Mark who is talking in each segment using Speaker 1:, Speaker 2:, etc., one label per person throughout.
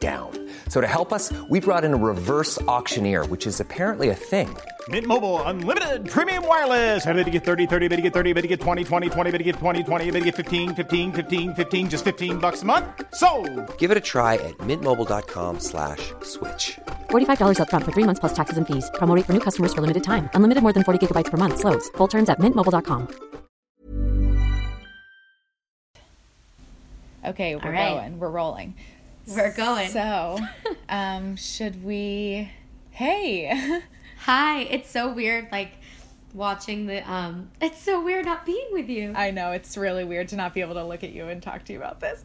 Speaker 1: down. So to help us, we brought in a reverse auctioneer, which is apparently a thing.
Speaker 2: Mint Mobile unlimited premium wireless. Ready to get 30, 30, bit to get 30, bit to get 20, 20, 20, bit to get 20, 20, bit to get 15, 15, 15, 15 just 15 bucks a month. So,
Speaker 1: Give it a try at mintmobile.com slash switch.
Speaker 3: $45 up front for three months plus taxes and fees. Promo rate for new customers for limited time. Unlimited more than 40 gigabytes per month. Slows. Full terms at mintmobile.com.
Speaker 4: Okay, we're
Speaker 5: right.
Speaker 4: going. We're rolling.
Speaker 5: We're going.
Speaker 4: So, um, should we? Hey,
Speaker 5: Hi, it's so weird like watching the um it's so weird not being with you.
Speaker 4: I know it's really weird to not be able to look at you and talk to you about this.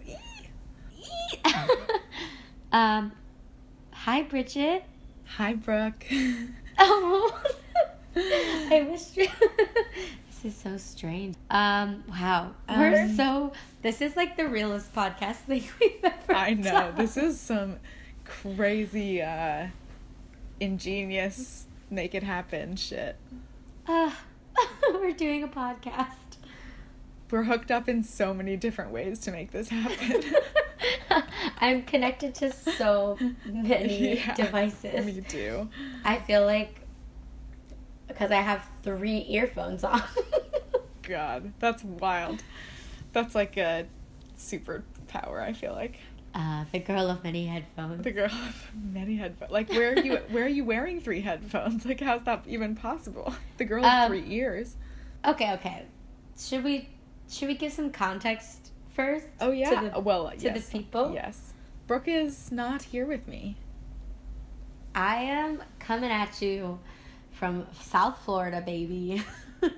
Speaker 5: Um hi Bridget.
Speaker 4: Hi, Brooke.
Speaker 5: Oh I wish This is so strange. Um wow.
Speaker 4: Um,
Speaker 5: We're so this is like the realest podcast thing we've ever
Speaker 4: I know
Speaker 5: done.
Speaker 4: this is some crazy, uh, ingenious, make it happen shit.
Speaker 5: Ugh. we're doing a podcast.
Speaker 4: We're hooked up in so many different ways to make this happen.
Speaker 5: I'm connected to so many
Speaker 4: Yeah,
Speaker 5: devices.
Speaker 4: Me too.
Speaker 5: I feel like because I have three earphones on.
Speaker 4: God, that's wild. That's like a superpower. I feel like
Speaker 5: uh, the girl of many headphones.
Speaker 4: the girl of many headphones. Like, where are you? Where are you wearing three headphones? Like, how's that even possible? The girl of
Speaker 5: Um,
Speaker 4: three ears.
Speaker 5: Okay, okay. Should we should we give some context first?
Speaker 4: Oh yeah.
Speaker 5: To the,
Speaker 4: well,
Speaker 5: to
Speaker 4: yes.
Speaker 5: the people.
Speaker 4: Yes. Brooke is not here with me.
Speaker 5: I am coming at you from South Florida, baby.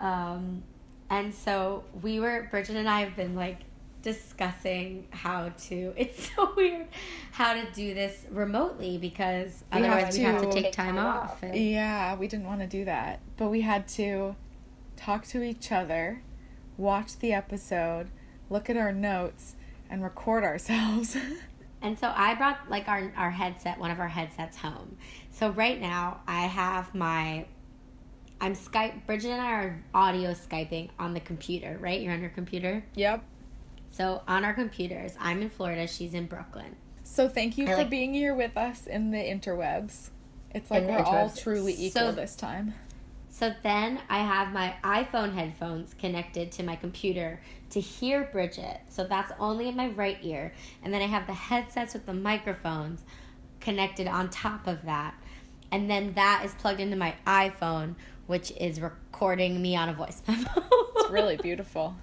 Speaker 5: um, and so we were, Bridget and I have been like discussing how to, it's so weird, how to do this remotely because
Speaker 4: We have
Speaker 5: otherwise we have to
Speaker 4: to
Speaker 5: take time off. And-
Speaker 4: Yeah, we didn't want to do that, but we had to talk to each other, watch the episode, look at our notes, and record ourselves.
Speaker 5: And so I brought like our our headset, one of our headsets home. So right now I have my I'm Skype Bridget and I are audio Skyping on the computer, right? You're on your computer.
Speaker 4: yep.
Speaker 5: So on our computers, I'm in Florida, she's in Brooklyn.
Speaker 4: So thank you for
Speaker 5: like-
Speaker 4: being here with us in the interwebs. It's like
Speaker 5: In the
Speaker 4: we're all
Speaker 5: interwebs.
Speaker 4: truly equal
Speaker 5: So-
Speaker 4: this time.
Speaker 5: So then I have my iPhone headphones connected to my computer to hear Bridget. So that's only in my right ear. And then I have the headsets with the microphones connected on top of that. And then that is plugged into my iPhone, which is recording me on a voice memo.
Speaker 4: It's really beautiful.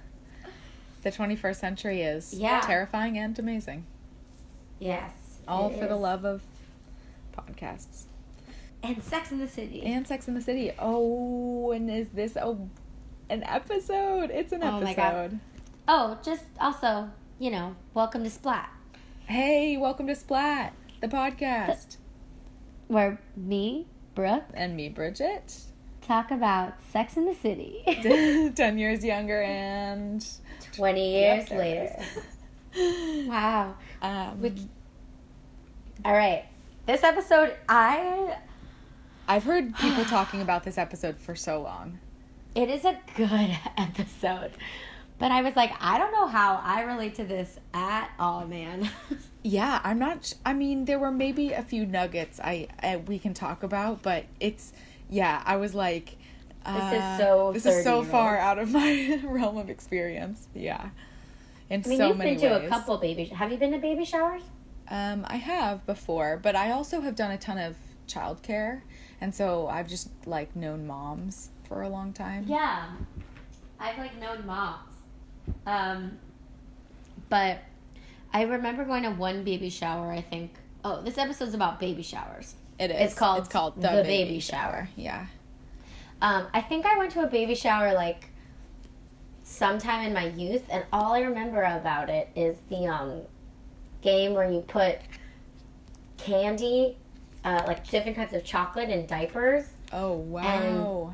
Speaker 4: The 21st century is
Speaker 5: Yeah.
Speaker 4: terrifying and amazing.
Speaker 5: yes.
Speaker 4: All
Speaker 5: it
Speaker 4: for the
Speaker 5: is.
Speaker 4: love of podcasts
Speaker 5: And Sex in the City.
Speaker 4: and Sex in the City. Oh, and is this a an episode? It's an
Speaker 5: Oh
Speaker 4: episode.
Speaker 5: my God. oh, just also, you know, welcome to Splat,
Speaker 4: Hey, welcome to Splat, the podcast.
Speaker 5: where me, Brooke,
Speaker 4: and me, Bridget,
Speaker 5: talk about Sex in the City.
Speaker 4: 10 years younger and
Speaker 5: 20 years later. wow.
Speaker 4: um,
Speaker 5: We- All right. This episode, I.
Speaker 4: I've heard people talking about this episode for so long.
Speaker 5: It is a good episode. But I was like, I don't know how I relate to this at all, man.
Speaker 4: Yeah, I'm not. sh- I mean, there were maybe a few nuggets I, I we can talk about, but it's yeah. I was like, uh,
Speaker 5: so
Speaker 4: This is so
Speaker 5: 30-year-olds.
Speaker 4: far out of my realm of experience. Yeah, in
Speaker 5: I mean,
Speaker 4: so
Speaker 5: you've
Speaker 4: many
Speaker 5: been to
Speaker 4: ways.
Speaker 5: a couple baby. Have you been to baby showers?
Speaker 4: Um, I have before, but I also have done a ton of childcare, and so I've just like known moms for a long time.
Speaker 5: Yeah. I've like known moms. Um, but I remember going to one baby shower, I think. Oh, this episode's about baby showers.
Speaker 4: It is.
Speaker 5: It's called,
Speaker 4: it's called
Speaker 5: the, baby, shower.
Speaker 4: Yeah,
Speaker 5: Um, I think I went to a baby shower like sometime in my youth, and all I remember about it is the um, game where you put candy, uh, like different kinds of chocolate, in diapers,
Speaker 4: Oh wow.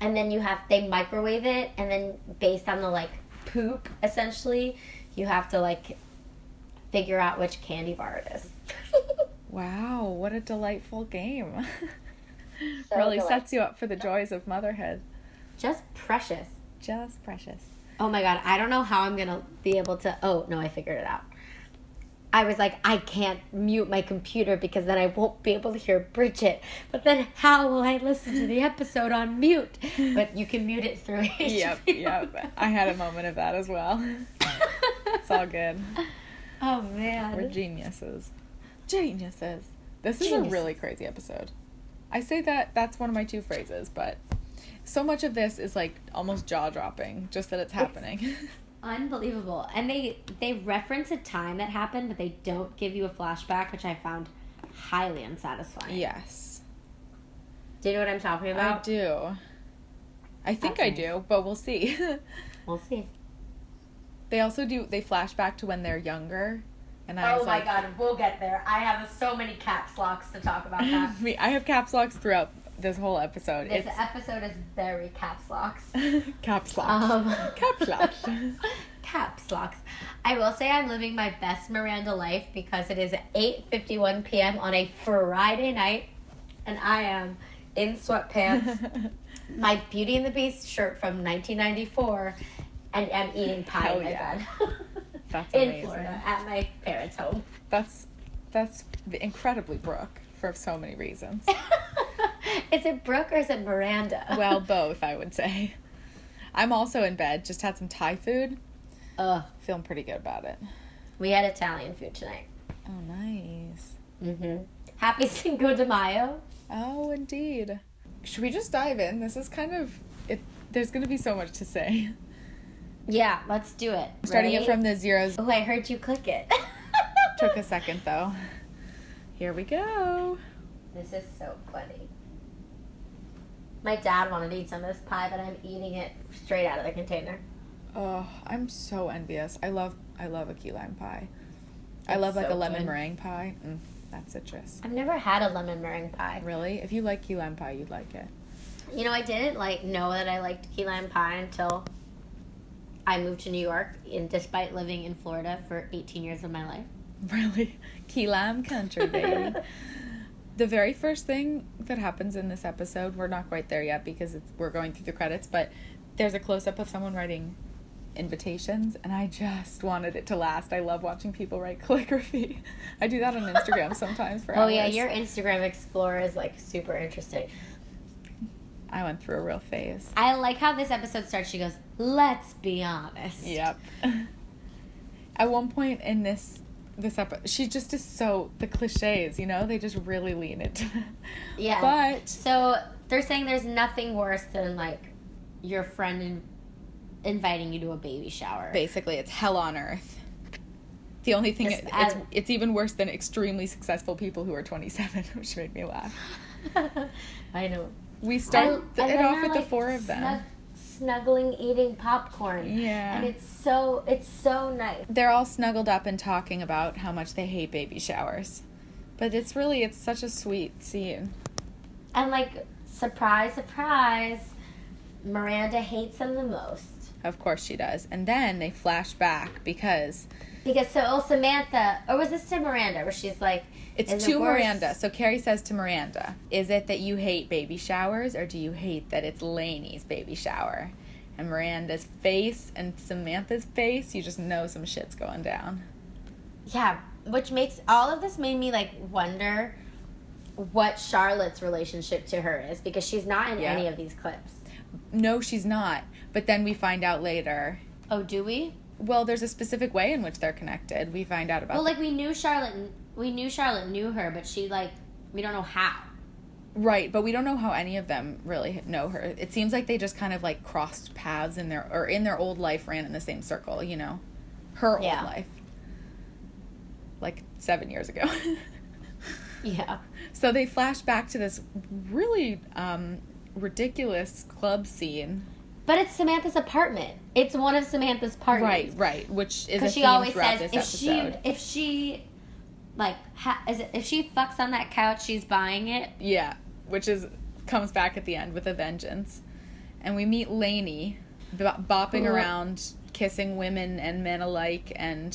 Speaker 5: and then you have they microwave it and then based on the like poop essentially you have to like figure out which candy bar it is
Speaker 4: Wow, what a delightful game.
Speaker 5: So
Speaker 4: really
Speaker 5: delightful.
Speaker 4: sets you up for the joys of motherhood.
Speaker 5: just precious
Speaker 4: Just precious.
Speaker 5: oh my god i don't know how i'm gonna be able to oh no i figured it out i was like i can't mute my computer because then i won't be able to hear bridget but then how will i listen to the episode on mute but you can mute it through
Speaker 4: Yep,
Speaker 5: HBO.
Speaker 4: yep. I had a moment of that as well. It's all good.
Speaker 5: oh man
Speaker 4: We're geniuses. Geniuses. This is a really
Speaker 5: Geniuses.
Speaker 4: crazy episode. I say that that's one of my two phrases, but so much of this is like almost jaw dropping, just that it's happening.
Speaker 5: unbelievable and they they reference a time that happened but they don't give you a flashback which i found highly unsatisfying
Speaker 4: yes.
Speaker 5: do you know what i'm talking
Speaker 4: I
Speaker 5: about
Speaker 4: do. I think
Speaker 5: That's
Speaker 4: I
Speaker 5: nice.
Speaker 4: do, but we'll see.
Speaker 5: we'll see
Speaker 4: they also do they flash back to when they're younger. And I was like
Speaker 5: Oh god we'll get there i have so many caps locks to talk about that
Speaker 4: me I have caps locks throughout this whole episode.
Speaker 5: this
Speaker 4: it's
Speaker 5: episode is very caps locks Um,
Speaker 4: caps locks. caps locks.
Speaker 5: caps locks i will say i'm living my best miranda life because it is 8.51 p.m on a friday night and i am in sweatpants my Beauty and the Beast shirt from 1994 and am eating pie
Speaker 4: Hell
Speaker 5: in my
Speaker 4: yeah.
Speaker 5: bed.
Speaker 4: That's
Speaker 5: in
Speaker 4: amazing.
Speaker 5: Florida at my parents' home.
Speaker 4: That's that's incredibly Brooke for so many reasons.
Speaker 5: Is it Brooke or is it Miranda?
Speaker 4: well, both I would say. I'm also in bed. Just had some Thai food.
Speaker 5: Ugh,
Speaker 4: Feeling pretty good about it.
Speaker 5: we had Italian food tonight.
Speaker 4: Oh, nice.
Speaker 5: Happy Cinco de Mayo.
Speaker 4: Oh, indeed. Should we just dive in? This is kind of it. There's going to be so much to say.
Speaker 5: Yeah, let's do it.
Speaker 4: Starting it
Speaker 5: Ready?
Speaker 4: from the zeros
Speaker 5: Oh, I heard you click it.
Speaker 4: took a second though. Here we go.
Speaker 5: This is so funny. My dad wanted to eat some of this pie, but I'm eating it straight out of the container.
Speaker 4: Oh, I'm so envious. I love I love a key lime pie. I love like
Speaker 5: so
Speaker 4: a lemon
Speaker 5: good.
Speaker 4: meringue pie. Mm, that's citrus.
Speaker 5: I've never had a lemon meringue pie.
Speaker 4: Really? If you like key lime pie, you'd like it.
Speaker 5: You know, I didn't like know that I liked key lime pie until I moved to New York, and despite living in Florida for 18 years of my life.
Speaker 4: Really? Key lime country, baby. the very first thing that happens in this episode, we're not quite there yet because it's, we're going through the credits, but there's a close up of someone writing invitations, and I just wanted it to last. I love watching people write calligraphy. I do that on Instagram sometimes for
Speaker 5: Oh
Speaker 4: hours.
Speaker 5: yeah, your Instagram Explorer is like super interesting.
Speaker 4: I went through a real phase.
Speaker 5: I like how this episode starts. She goes, "Let's be honest."
Speaker 4: Yep. At one point in this this episode, she just is so the cliches, you know. They just really lean into that.
Speaker 5: Yeah.
Speaker 4: But
Speaker 5: so they're saying there's nothing worse than like your friend in- inviting you to a baby shower.
Speaker 4: basically, it's hell on earth. The only thing
Speaker 5: Yes,
Speaker 4: it- it's,
Speaker 5: and-
Speaker 4: it's even worse than extremely successful people who are 27, which made me laugh.
Speaker 5: I know.
Speaker 4: We start
Speaker 5: And-
Speaker 4: the,
Speaker 5: and
Speaker 4: it
Speaker 5: then
Speaker 4: off
Speaker 5: they're,
Speaker 4: with the
Speaker 5: like,
Speaker 4: four of them.
Speaker 5: snug- snuggling, eating popcorn.
Speaker 4: Yeah.
Speaker 5: and it's so it's so nice.
Speaker 4: They're all snuggled up and talking about how much they hate baby showers. But it's really it's such a sweet scene.
Speaker 5: And like surprise, surprise, Miranda hates them the most
Speaker 4: Of course she does. And then they flash back because
Speaker 5: because so oh Samantha or was this to Miranda where she's like
Speaker 4: It's
Speaker 5: is it
Speaker 4: to
Speaker 5: worse-
Speaker 4: Miranda. So Carrie says to Miranda, Is it that you hate baby showers or do you hate that it's Lainey's baby shower? And Miranda's face and Samantha's face, you just know some shit's going down.
Speaker 5: Yeah, which makes all of this made me like wonder what Charlotte's relationship to her is because she's not in
Speaker 4: Yeah.
Speaker 5: any of these clips.
Speaker 4: No, she's not. But then we find out later.
Speaker 5: Oh, do we?
Speaker 4: Well, there's a specific way in which they're connected. We find out about
Speaker 5: Well, like we knew Charlotte, we knew Charlotte knew her, but she like we don't know how.
Speaker 4: Right, but we don't know how any of them really know her. It seems like they just kind of like crossed paths in their or in their old life ran in the same circle, you know. Her
Speaker 5: Yeah.
Speaker 4: old life. Like 7 years ago.
Speaker 5: Yeah.
Speaker 4: so they flash back to this really um ridiculous club scene.
Speaker 5: But it's Samantha's apartment. It's one of Samantha's parties.
Speaker 4: Right, right, which is a
Speaker 5: Because she
Speaker 4: theme
Speaker 5: always
Speaker 4: throughout
Speaker 5: says if
Speaker 4: this episode.
Speaker 5: she if she like ha- is it, if she fucks on that couch, she's buying it.
Speaker 4: Yeah, which is comes back at the end with a vengeance. and we meet Lainey b- bopping around, kissing women and men alike, and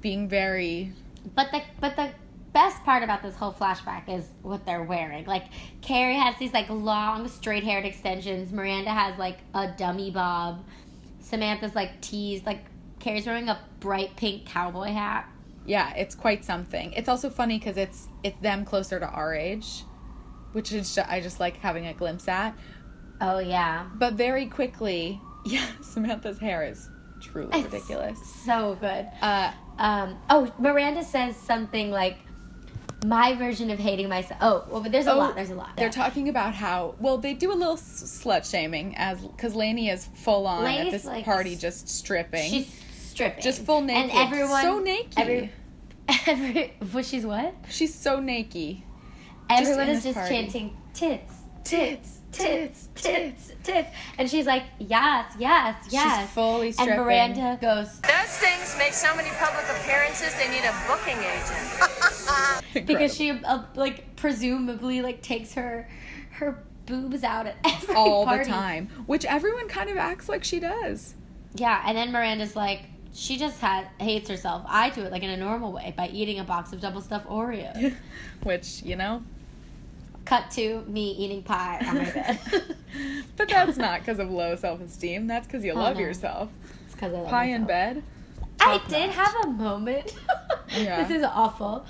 Speaker 4: being very
Speaker 5: But the but the best part about this whole flashback is what they're wearing. Like Carrie has these like long straight haired extensions. Miranda has like a dummy bob. Samantha's like teased. Like Carrie's wearing a bright pink cowboy hat.
Speaker 4: yeah, it's quite something. It's also funny because it's it's them closer to our age, which is ju- I just like having a glimpse at.
Speaker 5: Oh yeah,
Speaker 4: But very quickly, yeah, Samantha's hair is truly ridiculous.
Speaker 5: so good.
Speaker 4: Uh,
Speaker 5: Um, oh, Miranda says something like, "My version of hating myself." Oh, well, but there's a lot. There's a lot.
Speaker 4: They're talking about how well they do a little s- slut shaming as because Lainey is full on at
Speaker 5: Lainey's,
Speaker 4: this
Speaker 5: like,
Speaker 4: party,
Speaker 5: s-
Speaker 4: just stripping.
Speaker 5: She's stripping,
Speaker 4: Just full naked.
Speaker 5: and everyone
Speaker 4: So naked.
Speaker 5: Every, every, well, she's what?
Speaker 4: She's so naked.
Speaker 5: Everyone
Speaker 4: in
Speaker 5: is
Speaker 4: this
Speaker 5: just
Speaker 4: party.
Speaker 5: chanting tits, tits, tits, tits, tits, and she's like, "Yes, yes, yes."
Speaker 4: fully stripping.
Speaker 5: And Miranda goes
Speaker 6: Those things make so many public appearances, they need a booking agent.
Speaker 5: because she uh, like presumably like takes her her boobs out at every
Speaker 4: all
Speaker 5: party.
Speaker 4: the time, which everyone kind of acts like she does.
Speaker 5: Yeah, and then Miranda's like, she just ha- hates herself. I do it like in a normal way by eating a box of double stuffed Oreos.
Speaker 4: Which you know,
Speaker 5: Cut to me eating pie on my bed.
Speaker 4: but that's not because of low self-esteem. That's because you love
Speaker 5: Oh, no.
Speaker 4: yourself.
Speaker 5: It's because I love
Speaker 4: Pie in
Speaker 5: myself.
Speaker 4: bed.
Speaker 5: I did have a moment.
Speaker 4: Yeah.
Speaker 5: this is awful.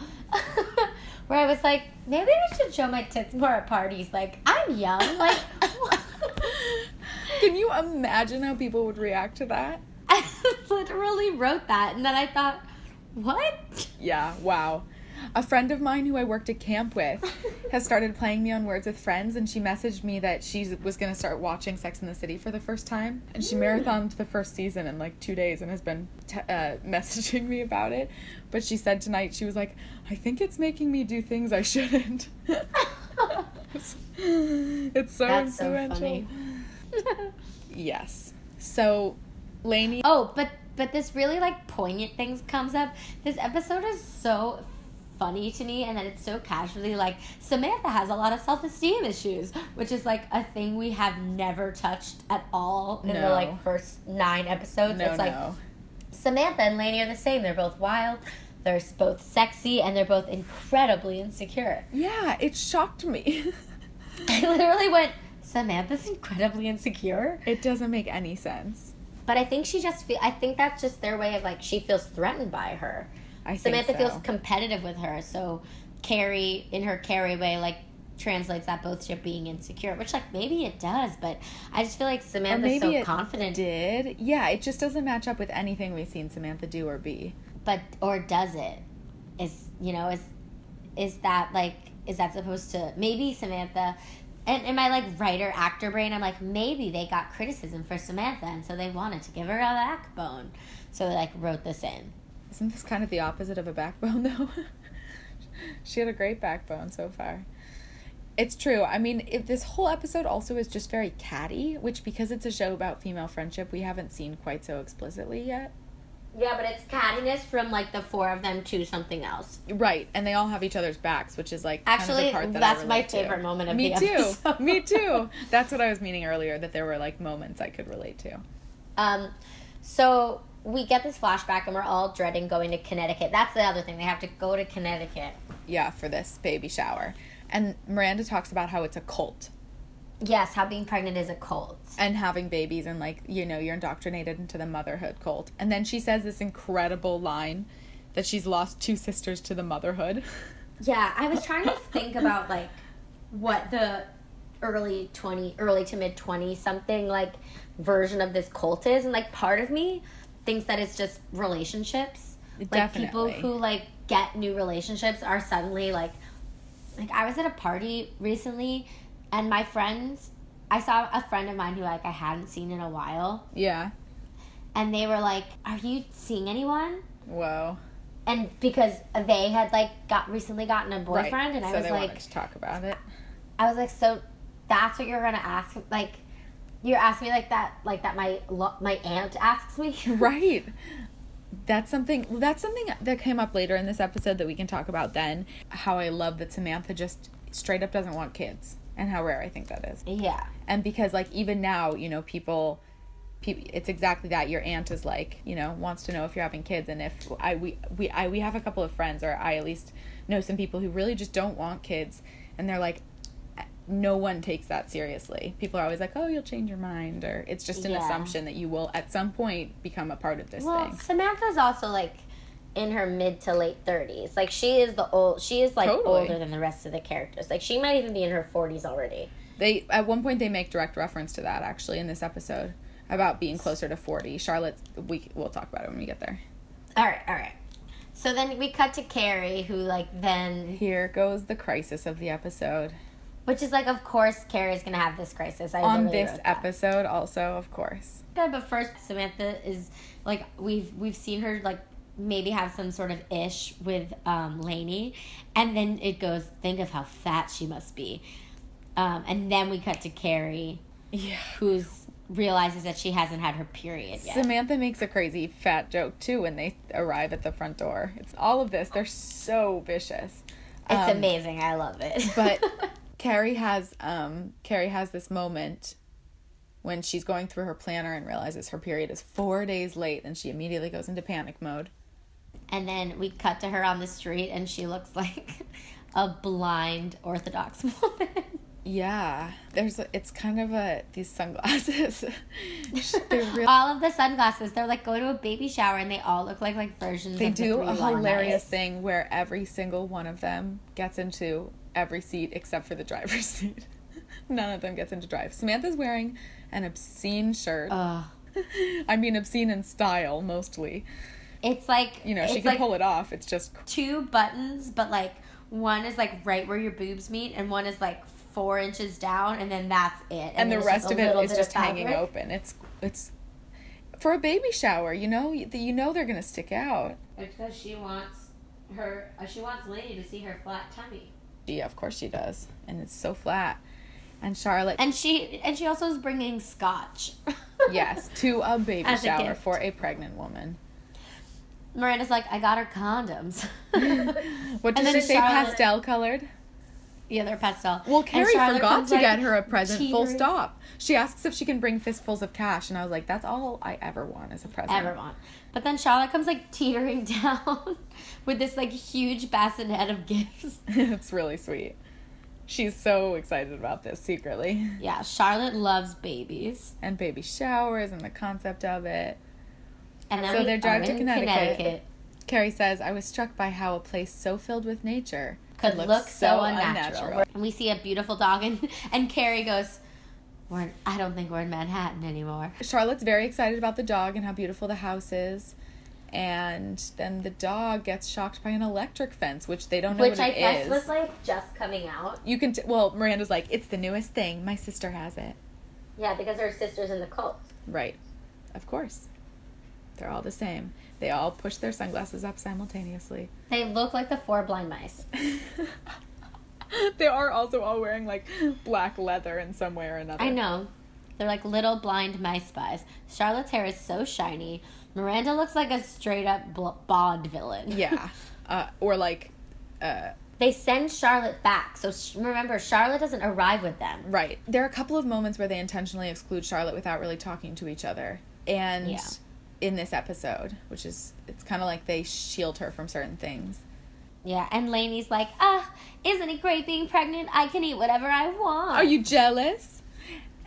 Speaker 5: Where I was like, maybe I should show my tits more at parties. Like I'm young. Like.
Speaker 4: Can you imagine how people would react to that?
Speaker 5: I literally wrote that, and then I thought, what?
Speaker 4: Yeah, wow. A friend of mine who I worked at camp with has started playing me on Words with Friends, and she messaged me that she was going to start watching Sex in the City for the first time. And she marathoned the first season in like two days and has been t- uh, messaging me about it. But she said tonight, she was like, I think it's making me do things I shouldn't. it's so
Speaker 5: That's so
Speaker 4: influential.
Speaker 5: funny.
Speaker 4: Yes. So, Lainey.
Speaker 5: Oh, but but this really like poignant things comes up. This episode is so funny to me and that it's so casually like Samantha has a lot of self-esteem issues, which is like a thing we have never touched at all in the
Speaker 4: No.
Speaker 5: like first 9 episodes.
Speaker 4: no,
Speaker 5: it's like
Speaker 4: no.
Speaker 5: Samantha and Lainey are the same. They're both wild. They're both sexy and they're both incredibly insecure.
Speaker 4: Yeah, it shocked me.
Speaker 5: I literally went, Samantha's incredibly insecure.
Speaker 4: it doesn't make any sense.
Speaker 5: But I think she just feel. I think that's just their way of like she feels threatened by her.
Speaker 4: I think
Speaker 5: Samantha
Speaker 4: so.
Speaker 5: feels competitive with her, so Carrie, in her Carrie way, like translates that both to being insecure, which like maybe it does, but I just feel like Samantha's so confident,
Speaker 4: did. Yeah, it just doesn't match up with anything we've seen Samantha do or be.
Speaker 5: but or does it? Is you know is is that like is that supposed to maybe Samantha? And in my like writer actor brain, I'm like maybe they got criticism for Samantha, and so they wanted to give her a backbone, so they like wrote this in.
Speaker 4: Isn't this kind of the opposite of a backbone though? she had a great backbone so far. It's true. I mean, if this whole episode also is just very catty, which because it's a show about female friendship, we haven't seen quite so explicitly yet.
Speaker 5: Yeah, but it's cattiness from like the four of them to something else.
Speaker 4: Right, and they all have each other's backs, which is like kind of the
Speaker 5: Actually,
Speaker 4: part that I
Speaker 5: that's my
Speaker 4: relate to.
Speaker 5: favorite moment of
Speaker 4: Me
Speaker 5: the
Speaker 4: too.
Speaker 5: episode.
Speaker 4: Me too. That's what I was meaning earlier. That there were like moments I could relate to.
Speaker 5: Um, so we get this flashback, and we're all dreading going to Connecticut. That's the other thing; they have to go to Connecticut.
Speaker 4: yeah, for this baby shower. And Miranda talks about how it's a cult
Speaker 5: Yes, how being pregnant is a cult.
Speaker 4: and having babies and like, you know, you're indoctrinated into the motherhood cult. And then she says this incredible line that she's lost two sisters to the motherhood.
Speaker 5: Yeah, I was trying to think about like what the early 20 early to mid 20 something like version of this cult is and like part of me thinks that it's just relationships like people
Speaker 4: Definitely.
Speaker 5: who like get new relationships are suddenly like like I was at a party recently and my friends I saw a friend of mine who like I hadn't seen in a while
Speaker 4: yeah.
Speaker 5: and they were like are you seeing anyone
Speaker 4: Whoa.
Speaker 5: and because they had like got recently gotten a boyfriend and I
Speaker 4: so
Speaker 5: was
Speaker 4: they
Speaker 5: like
Speaker 4: wanted to talk about it.
Speaker 5: I was like, so that's what you're gonna ask? Like, you're asking me like that, like that my lo- my aunt asks me.
Speaker 4: Right. That's something well, that's something that came up later in this episode that we can talk about then. How I love that Samantha just straight up doesn't want kids. and how rare I think that is.
Speaker 5: Yeah.
Speaker 4: And because like even now, you know, people people it's exactly that your aunt is like, you know, wants to know if you're having kids and if I we we I we have a couple of friends or I at least know some people who really just don't want kids and they're like no one takes that seriously. People are always like, "Oh, you'll change your mind," or it's just an
Speaker 5: Yeah.
Speaker 4: assumption that you will at some point become a part of this
Speaker 5: Well,
Speaker 4: thing.
Speaker 5: Samantha's also like in her mid to late thirties. Like she is the old. She is like
Speaker 4: Totally.
Speaker 5: older than the rest of the characters. Like she might even be in her forties already.
Speaker 4: They at one point they make direct reference to that actually in this episode about being closer to 40. Charlotte we we'll talk about it when we get there.
Speaker 5: All right, all right. So then we cut to Carrie, who like then,
Speaker 4: Here goes the crisis of the episode.
Speaker 5: which is like, of course, Carrie's gonna have this crisis. I
Speaker 4: On
Speaker 5: literally
Speaker 4: this
Speaker 5: wrote that.
Speaker 4: episode also, of course.
Speaker 5: Yeah, but first Samantha is like we've we've seen her like maybe have some sort of ish with um, Lainey, and then it goes think of how fat she must be, um, and then we cut to Carrie,
Speaker 4: Yeah.
Speaker 5: who's realizes that she hasn't had her period yet.
Speaker 4: Samantha makes a crazy fat joke too when they arrive at the front door. It's all of this. They're so vicious.
Speaker 5: it's amazing. I love it.
Speaker 4: But Carrie has um Carrie has this moment when she's going through her planner and realizes her period is 4 days late and she immediately goes into panic mode.
Speaker 5: and then we cut to her on the street, and she looks like a blind Orthodox woman.
Speaker 4: Yeah, there's a, it's kind of a these sunglasses. They're real-
Speaker 5: all of the sunglasses, they're like going to a baby shower, and they all look like like versions.
Speaker 4: they
Speaker 5: of the
Speaker 4: do
Speaker 5: Three
Speaker 4: a
Speaker 5: Lawn
Speaker 4: hilarious
Speaker 5: Eyes.
Speaker 4: thing where every single one of them gets into every seat except for the driver's seat. None of them gets into drive. Samantha's wearing an obscene shirt. I mean, obscene in style mostly.
Speaker 5: It's like
Speaker 4: You know, she
Speaker 5: it's
Speaker 4: can
Speaker 5: like
Speaker 4: pull it off. It's just
Speaker 5: Two buttons, but like one is like right where your boobs meet, and one is like four inches down, and then that's it.
Speaker 4: and the
Speaker 5: there's
Speaker 4: rest
Speaker 5: a
Speaker 4: of it
Speaker 5: little
Speaker 4: is
Speaker 5: bit
Speaker 4: just
Speaker 5: of
Speaker 4: hanging
Speaker 5: fabric.
Speaker 4: open. It's it's for a baby shower. You know, you, you know they're gonna stick out.
Speaker 5: because she wants her. uh, She wants Lady to see her flat tummy,
Speaker 4: Yeah, of course she does, and it's so flat. And Charlotte,
Speaker 5: and she and she also is bringing scotch.
Speaker 4: yes, to a baby
Speaker 5: As a
Speaker 4: shower
Speaker 5: gift.
Speaker 4: for a pregnant woman.
Speaker 5: Miranda's like, I got her condoms.
Speaker 4: What did
Speaker 5: And
Speaker 4: she
Speaker 5: then
Speaker 4: say?
Speaker 5: Charlotte-
Speaker 4: Pastel colored.
Speaker 5: yeah, they're pastel.
Speaker 4: Well,
Speaker 5: And
Speaker 4: Carrie
Speaker 5: Charlotte
Speaker 4: forgot
Speaker 5: comes,
Speaker 4: to
Speaker 5: like,
Speaker 4: get her a present. Full
Speaker 5: teetering-
Speaker 4: stop. She asks if she can bring fistfuls of cash, and I was like, "That's all I ever want is a present."
Speaker 5: ever want. But then Charlotte comes like teetering down with this like huge bassinet of gifts.
Speaker 4: it's really sweet. She's so excited about this secretly,
Speaker 5: Yeah, Charlotte loves babies.
Speaker 4: and baby showers and the concept of it.
Speaker 5: And then
Speaker 4: So
Speaker 5: we
Speaker 4: their drive
Speaker 5: are
Speaker 4: to
Speaker 5: in
Speaker 4: Connecticut Carrie says, I was struck by how a place so filled with nature
Speaker 5: could look, so, unnatural. And we see a beautiful dog, and, and Carrie goes, we're in, I don't think we're in Manhattan anymore.
Speaker 4: Charlotte's very excited about the dog and how beautiful the house is. And then the dog gets shocked by an electric fence, which they don't know
Speaker 5: Which
Speaker 4: what
Speaker 5: I
Speaker 4: it
Speaker 5: guess
Speaker 4: is.
Speaker 5: was like just coming out.
Speaker 4: you can, t- well, Miranda's like, it's the newest thing. My sister has it.
Speaker 5: Yeah, because her sister's in the cult.
Speaker 4: Right. Of course. They're all the same. They all push their sunglasses up simultaneously.
Speaker 5: They look like the four blind mice.
Speaker 4: They are also all wearing like black leather in some way or another.
Speaker 5: I know. They're like little blind mice spies. Charlotte's hair is so shiny. Miranda looks like a straight up bl- Bond villain.
Speaker 4: Yeah. Uh, or like
Speaker 5: They send Charlotte back. So sh- remember, Charlotte doesn't arrive with them.
Speaker 4: Right. There are a couple of moments where they intentionally exclude Charlotte without really talking to each other. And
Speaker 5: Yeah.
Speaker 4: in this episode, which is, it's kind of like they shield her from certain things.
Speaker 5: Yeah, and Lainey's like, ah, isn't it great being pregnant? I can eat whatever I want.
Speaker 4: Are you jealous?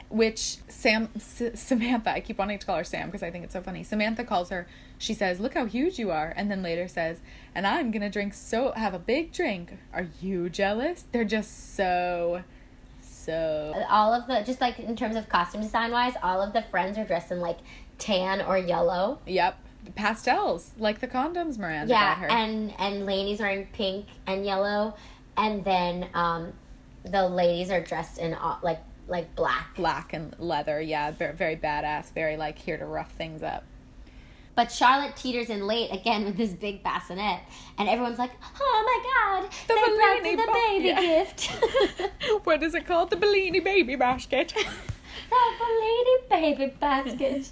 Speaker 4: Which Sam, S- Samantha, I keep wanting to call her Sam because I think it's so funny. Samantha calls her, she says, Look how huge you are. And then later says, And I'm going to drink so, have a big drink. Are you jealous? They're just so, so.
Speaker 5: all of the just like in terms of costume design wise, all of the friends are dressed in like tan or yellow.
Speaker 4: Yep. Pastels, like the condoms Miranda got
Speaker 5: Yeah,
Speaker 4: her.
Speaker 5: and and Lainey's wearing pink and yellow, and then um, the ladies are dressed in all, like like black.
Speaker 4: black and leather. Yeah, very, very badass. Very like here to rough things up.
Speaker 5: But Charlotte teeters in late again with this big bassinet, and everyone's like, "Oh my God,
Speaker 4: The
Speaker 5: they brought
Speaker 4: Bellini
Speaker 5: me the
Speaker 4: bo-
Speaker 5: baby
Speaker 4: yeah.
Speaker 5: gift,
Speaker 4: What is it called? The Bellini baby basket.
Speaker 5: the lady baby basket."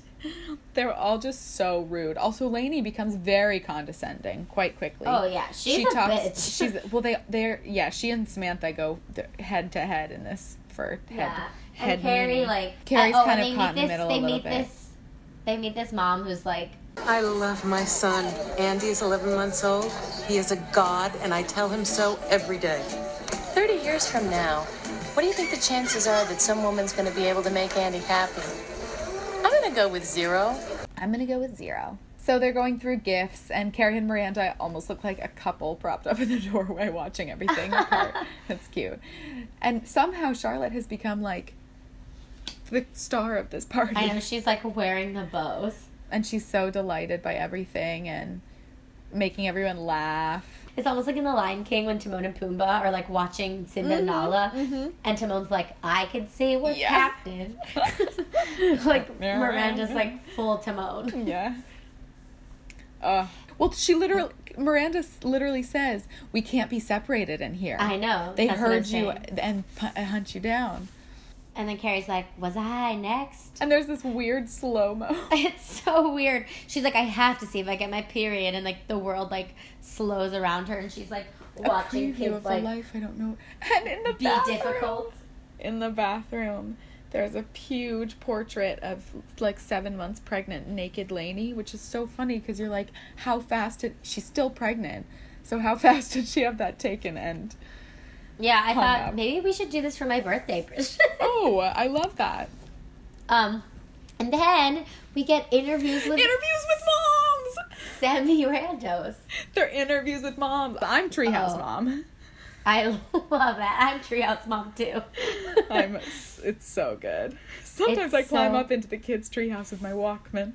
Speaker 4: They're all just so rude. Also, Lainey becomes very condescending quite quickly.
Speaker 5: Oh, yeah, she's a bitch.
Speaker 4: She's well. They they're yeah. She and Samantha go th- head to head in this for head.
Speaker 5: Yeah.
Speaker 4: head
Speaker 5: and Carrie
Speaker 4: meaning.
Speaker 5: like
Speaker 4: Carrie's
Speaker 5: oh, and
Speaker 4: kind
Speaker 5: they
Speaker 4: of
Speaker 5: meet
Speaker 4: caught in the
Speaker 5: this-
Speaker 4: middle a
Speaker 5: They
Speaker 4: little
Speaker 5: meet
Speaker 4: bit.
Speaker 5: this. They meet this mom who's like,
Speaker 7: I love my son. Andy is 11 months old. He is a god, and I tell him so every day.
Speaker 6: 30 years from now, what do you think the chances are that some woman's going to be able to make Andy happy? I'm going to go with zero.
Speaker 4: I'm gonna go with zero. So they're going through gifts, and Carrie and Miranda almost look like a couple propped up in the doorway watching everything apart. That's cute. And somehow Charlotte has become like the star of this party.
Speaker 5: I know she's like wearing the bows.
Speaker 4: And she's so delighted by everything and making everyone laugh.
Speaker 5: It's almost like in The Lion King when Timon and Pumbaa are like watching Simba and Nala, and Timon's like, "I can see what's
Speaker 4: Mm-hmm, Yeah.
Speaker 5: happening." like Miranda's like full Timon.
Speaker 4: Yeah. Uh, well, she literally, Miranda s- literally says, We can't be separated in here.
Speaker 5: I know.
Speaker 4: They
Speaker 5: that's what I'm
Speaker 4: heard you
Speaker 5: saying.
Speaker 4: and pu- hunt you down.
Speaker 5: And then Carrie's like, "Was I next?"
Speaker 4: And there's this weird slow mo.
Speaker 5: It's so weird. She's like, "I have to see if I get my period," and like the world like slows around her, and she's like watching
Speaker 4: preview
Speaker 5: kids
Speaker 4: of her
Speaker 5: like
Speaker 4: life. I don't know. And in the
Speaker 5: be
Speaker 4: bathroom,
Speaker 5: difficult.
Speaker 4: in the bathroom, there's a huge portrait of like seven months pregnant, naked Lainey, which is so funny because you're like, how fast did she's still pregnant? So how fast did she have that taken? And
Speaker 5: Yeah, I thought
Speaker 4: up.
Speaker 5: maybe we should do this for my birthday. Bridget.
Speaker 4: oh, I love that
Speaker 5: um, and then we get interviews with
Speaker 4: interviews with moms.
Speaker 5: semi randos.
Speaker 4: They're interviews with moms. I'm Treehouse
Speaker 5: Oh.
Speaker 4: Mom.
Speaker 5: I love that. I'm Treehouse Mom too.
Speaker 4: I'm. It's so good. Sometimes
Speaker 5: It's
Speaker 4: I climb
Speaker 5: so-
Speaker 4: up into the kids' treehouse with my Walkman.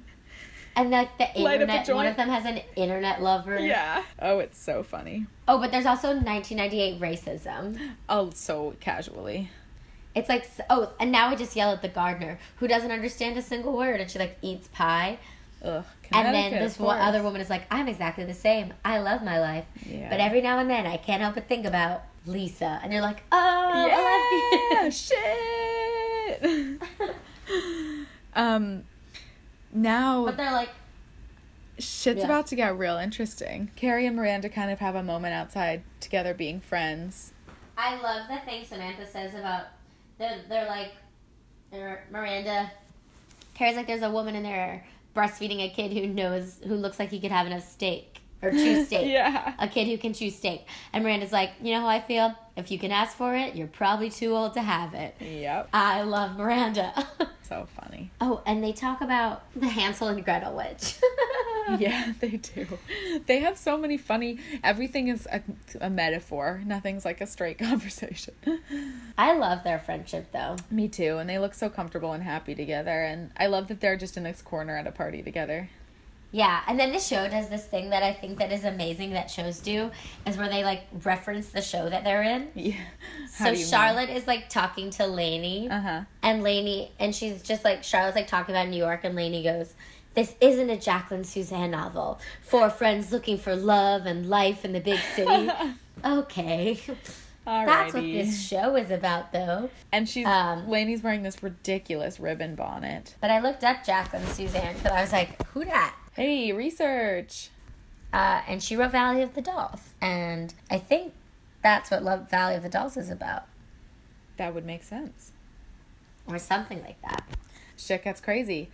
Speaker 5: and like the
Speaker 4: Light up the
Speaker 5: internet. One
Speaker 4: joint.
Speaker 5: of them has an internet lover.
Speaker 4: Yeah. Oh, it's so funny.
Speaker 5: Oh, but there's also 1998 racism.
Speaker 4: Oh, so casually.
Speaker 5: It's like s- oh, and now I just yell at the gardener who doesn't understand a single word, and she like eats pie.
Speaker 4: Ugh.
Speaker 5: And then
Speaker 4: Connecticut,
Speaker 5: this
Speaker 4: of
Speaker 5: one
Speaker 4: course.
Speaker 5: other woman is like, I'm exactly the same. I love my life.
Speaker 4: Yeah.
Speaker 5: But every now and then I can't help but think about Lisa. And you're like, oh,
Speaker 4: Yeah,
Speaker 5: I'm a lesbian.
Speaker 4: shit. um, now
Speaker 5: But they're like,
Speaker 4: shit's
Speaker 5: yeah.
Speaker 4: about to get real interesting. Carrie and Miranda kind of have a moment outside together, being friends.
Speaker 5: I love the thing Samantha says about they're, they're like they're- Miranda Carrie's like there's a woman in there breastfeeding a kid who knows who looks like he could have enough steak or choose steak.
Speaker 4: Yeah.
Speaker 5: A kid who can choose steak. And Miranda's like, you know how I feel? If you can ask for it, you're probably too old to have it.
Speaker 4: Yep.
Speaker 5: I love Miranda.
Speaker 4: So funny.
Speaker 5: oh, and they talk about the Hansel and Gretel witch.
Speaker 4: Yeah, they do. They have so many funny. Everything is a, a metaphor. Nothing's like a straight conversation.
Speaker 5: I love their friendship though.
Speaker 4: Me too. And they look so comfortable and happy together. And I love that they're just in this corner at a party together.
Speaker 5: Yeah, and then this show does this thing that I think that is amazing that shows do is where they like reference the show that they're in.
Speaker 4: Yeah.
Speaker 5: so Charlotte is like talking to Lainey,
Speaker 4: Uh huh.
Speaker 5: and Lainey and she's just like Charlotte's like talking about New York, and Lainey goes, "This isn't a Jacqueline Suzanne novel. Four friends looking for love and life in the big city." okay,
Speaker 4: Alrighty.
Speaker 5: that's what this show is about, though.
Speaker 4: And she's
Speaker 5: Um,
Speaker 4: Lainey's wearing this ridiculous ribbon bonnet.
Speaker 5: But I looked up Jacqueline Suzanne because I was like, "Who dat?"
Speaker 4: Hey, research.
Speaker 5: uh, and she wrote Valley of the Dolls, and I think that's what Love Valley of the Dolls is about,
Speaker 4: That would make sense.
Speaker 5: or something like that.
Speaker 4: Shit gets crazy.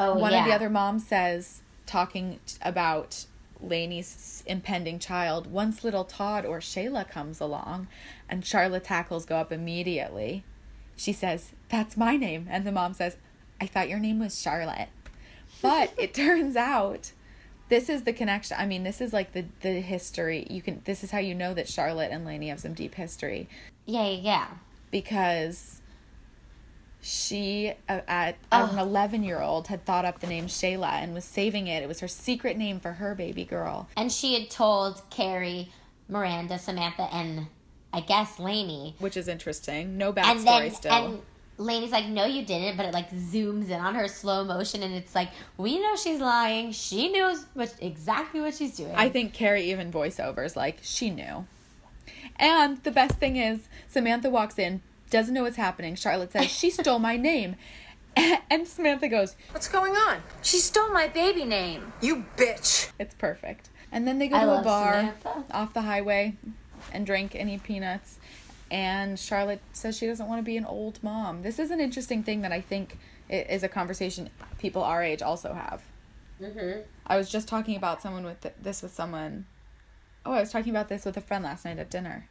Speaker 5: Oh,
Speaker 4: One
Speaker 5: yeah.
Speaker 4: of the other moms says, talking t- about Lainey's impending child, once little Todd or Shayla comes along, and Charlotte tackles go up immediately. She says, That's my name. And the mom says, I thought your name was Charlotte. But it turns out this is the connection i mean this is like the the history you can this is how you know that charlotte and laney have some deep history
Speaker 5: yeah, yeah, yeah.
Speaker 4: because she uh, at as an 11 year old had thought up the name shayla and was saving it it was her secret name for her baby girl
Speaker 5: And she had told Carrie, Miranda, Samantha, and I guess Lainey,
Speaker 4: which is interesting no backstory
Speaker 5: and then
Speaker 4: still
Speaker 5: and Lainey's like, "No, you didn't," but it like zooms in on her slow motion, and it's like, we know she's lying. She knows what exactly what she's doing.
Speaker 4: I think Carrie even voiceovers like she knew. And the best thing is Samantha walks in, doesn't know what's happening. Charlotte says she stole my name, and Samantha goes,
Speaker 7: What's going on?
Speaker 6: She stole my baby name.
Speaker 7: You bitch.
Speaker 4: "It's perfect." And then they go
Speaker 5: I
Speaker 4: to a
Speaker 5: love
Speaker 4: bar
Speaker 5: Samantha.
Speaker 4: off the highway and drink and eat peanuts. And Charlotte says she doesn't want to be an old mom. This is an interesting thing that I think i- is a conversation people our age also have. I was just talking about someone with th- this with someone. Oh, I was talking about this with a friend last night at dinner.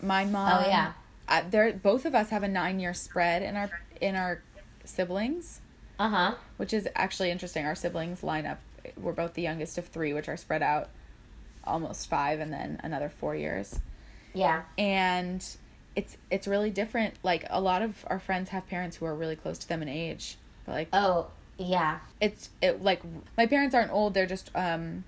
Speaker 4: My mom.
Speaker 5: Oh, yeah.
Speaker 4: Uh, there, both of us have a nine-year spread in our in our siblings
Speaker 5: Uh huh.
Speaker 4: which is actually interesting. Our siblings line up. We're both the youngest of three, which are spread out almost five and then another four years.
Speaker 5: Yeah.
Speaker 4: And it's it's really different. Like a lot of our friends have parents who are really close to them in age. But like
Speaker 5: Oh, yeah.
Speaker 4: it's it like my parents aren't old, they're just um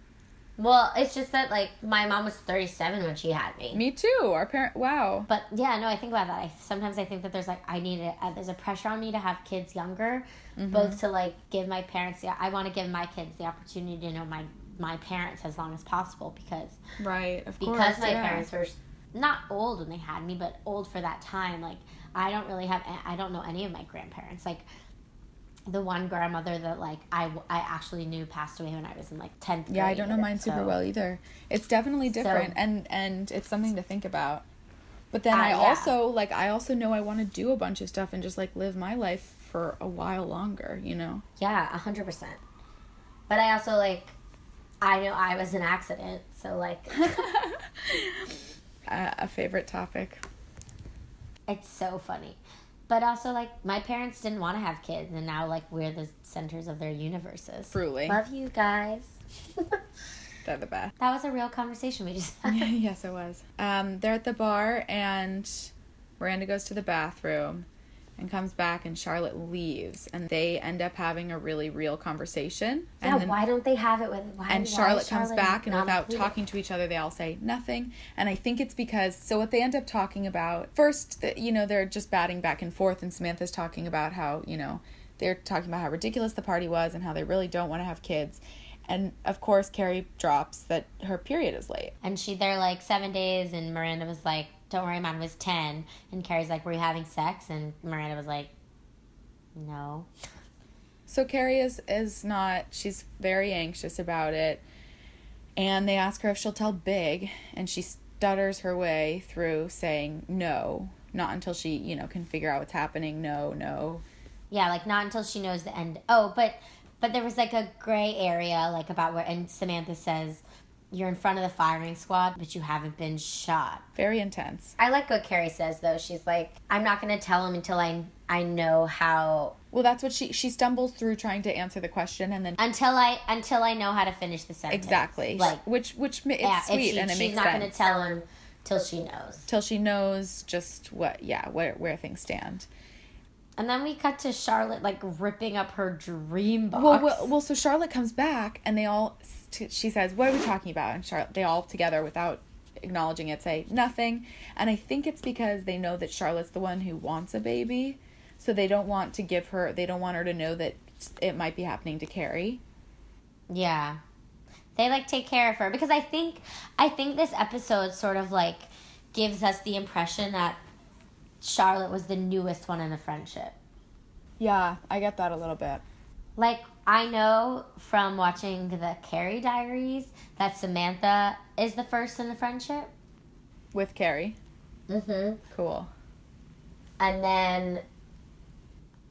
Speaker 5: Well, it's just that like my mom was 37 when she had me.
Speaker 4: me too. Our parent wow.
Speaker 5: But yeah, no, I think about that. I, sometimes I think that there's like I need it. Uh, there's a pressure on me to have kids younger,
Speaker 4: Mm-hmm.
Speaker 5: both to like give my parents. The, I want to give my kids the opportunity to know my my parents as long as possible because
Speaker 4: Right, of course.
Speaker 5: because my
Speaker 4: yeah.
Speaker 5: parents were s- not old when they had me, but old for that time. Like I don't really have. I don't know any of my grandparents. Like the one grandmother that like I w- I actually knew passed away when I was in like 10th.
Speaker 4: Yeah, I
Speaker 5: grade,
Speaker 4: don't know mine super
Speaker 5: so-
Speaker 4: well either. It's definitely different and and it's something to think about. But then
Speaker 5: Uh,
Speaker 4: I
Speaker 5: yeah.
Speaker 4: also like I also know I want to do a bunch of stuff and just like live my life for a while longer, you know.
Speaker 5: Yeah, a hundred percent. But I also like, I know I was an accident, so like,
Speaker 4: Uh, a favorite topic.
Speaker 5: it's so funny. But also like, my parents didn't want to have kids, and now like we're the centers of their universes.
Speaker 4: Truly.
Speaker 5: Love you guys.
Speaker 4: They're the best.
Speaker 5: That was a real conversation we just had.
Speaker 4: yes, it was. Um they're at the bar and Miranda goes to the bathroom and comes back and Charlotte leaves and they end up having a really real conversation.
Speaker 5: yeah,
Speaker 4: and then
Speaker 5: why don't they have it with? Why,
Speaker 4: and
Speaker 5: why
Speaker 4: Charlotte
Speaker 5: is
Speaker 4: comes back, and
Speaker 5: not
Speaker 4: without
Speaker 5: included?
Speaker 4: talking to each other, they all say nothing. And I think it's because so what they end up talking about first, that you know, they're just batting back and forth, and Samantha's talking about how you know they're talking about how ridiculous the party was and how they really don't want to have kids. And of course, Carrie drops that her period is late.
Speaker 5: And she, they're like seven days, and Miranda was like, "Don't worry, mine was 10. And Carrie's like, "Were you having sex?" And Miranda was like, "No."
Speaker 4: So Carrie is is not. She's very anxious about it, and they ask her if she'll tell Big, and she stutters her way through saying no. Not until she, you know, can figure out what's happening. No, no,
Speaker 5: Yeah, like not until she knows the end. Oh, but but there was like a gray area, like about where. And Samantha says, "You're in front of the firing squad, but you haven't been shot."
Speaker 4: very intense.
Speaker 5: I like what Carrie says though. She's like, "I'm not gonna tell him until I I know how
Speaker 4: Well, that's what she she stumbles through trying to answer the question, and then
Speaker 5: until I until I know how to finish the sentence."
Speaker 4: exactly,
Speaker 5: Like
Speaker 4: which which ma- it's
Speaker 5: yeah, if
Speaker 4: sweet
Speaker 5: she,
Speaker 4: and it
Speaker 5: she's
Speaker 4: makes
Speaker 5: not gonna
Speaker 4: sense
Speaker 5: tell him till she knows.
Speaker 4: till she knows just what yeah where where things stand.
Speaker 5: And then we cut to Charlotte like ripping up her dream box.
Speaker 4: Well, well, well, so Charlotte comes back, and they all st- she says, "What are we talking about?" And Charlotte, they all together without acknowledging it say nothing. And I think it's because they know that Charlotte's the one who wants a baby, so they don't want to give her. They don't want her to know that it might be happening to Carrie.
Speaker 5: Yeah. They like take care of her because I think I think this episode sort of like gives us the impression that Charlotte was the newest one in the friendship.
Speaker 4: Yeah, I get that a little bit.
Speaker 5: Like I know from watching the Carrie Diaries that Samantha is the first in the friendship.
Speaker 4: With Carrie,
Speaker 5: Mhm.
Speaker 4: cool.
Speaker 5: And then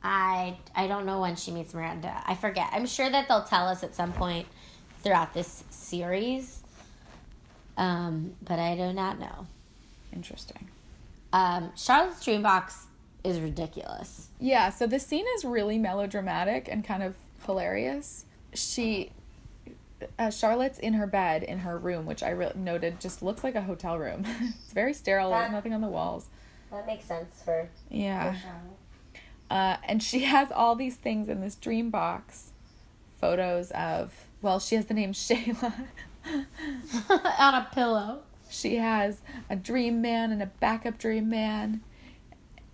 Speaker 5: I I don't know when she meets Miranda. I forget. I'm sure that they'll tell us at some point throughout this series. Um, but I do not know.
Speaker 4: Interesting.
Speaker 5: Um, Charlotte's dream box is ridiculous.
Speaker 4: Yeah, so this scene is really melodramatic and kind of hilarious. She, uh, Charlotte's in her bed in her room, which I re- noted just looks like a hotel room. it's very sterile. There's
Speaker 5: That-
Speaker 4: nothing on the walls.
Speaker 5: That makes sense for
Speaker 4: Yeah. Uh, and she has all these things in this dream box. Photos of well, she has the name Shayla.
Speaker 5: on a pillow.
Speaker 4: She has a dream man and a backup dream man.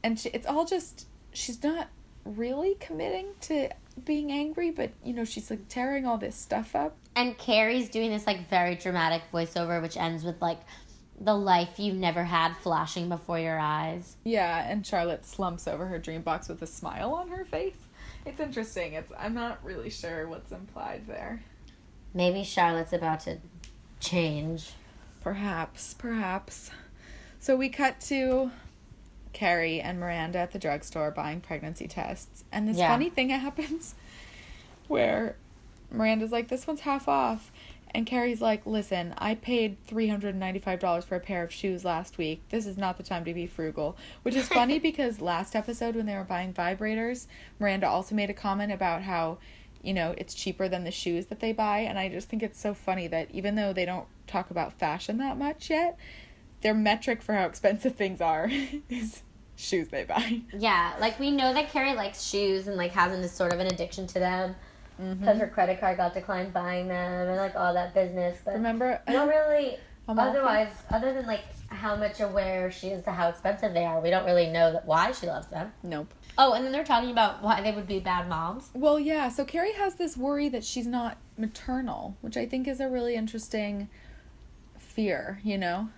Speaker 4: And she, it's all just, she's not really committing to being angry, but, you know, she's like tearing all this stuff up.
Speaker 5: And Carrie's doing this like very dramatic voiceover, which ends with like the life you've never had flashing before your eyes.
Speaker 4: Yeah, and Charlotte slumps over her dream box with a smile on her face. It's interesting. It's I'm not really sure what's implied there.
Speaker 5: Maybe Charlotte's about to change.
Speaker 4: Perhaps, perhaps. So we cut to Carrie and Miranda at the drugstore buying pregnancy tests. And this
Speaker 5: Yeah.
Speaker 4: funny thing happens where Miranda's like, this one's half off. And Carrie's like, listen, I paid $395 for a pair of shoes last week. This is not the time to be frugal. Which is funny because last episode, when they were buying vibrators, Miranda also made a comment about how, you know, it's cheaper than the shoes that they buy. And I just think it's so funny that even though they don't talk about fashion that much yet, their metric for how expensive things are is shoes they buy.
Speaker 5: Yeah, like we know that Carrie likes shoes and like has an, sort of an addiction to them because her credit card got declined buying them and like all that business. But
Speaker 4: Remember?
Speaker 5: we don't really.
Speaker 4: Home office?
Speaker 5: otherwise, other than like how much aware she is to how expensive they are, we don't really know that why she loves them.
Speaker 4: Nope.
Speaker 5: Oh, and then they're talking about why they would be bad moms.
Speaker 4: Well, yeah. So Carrie has this worry that she's not maternal, which I think is a really interesting fear, you know?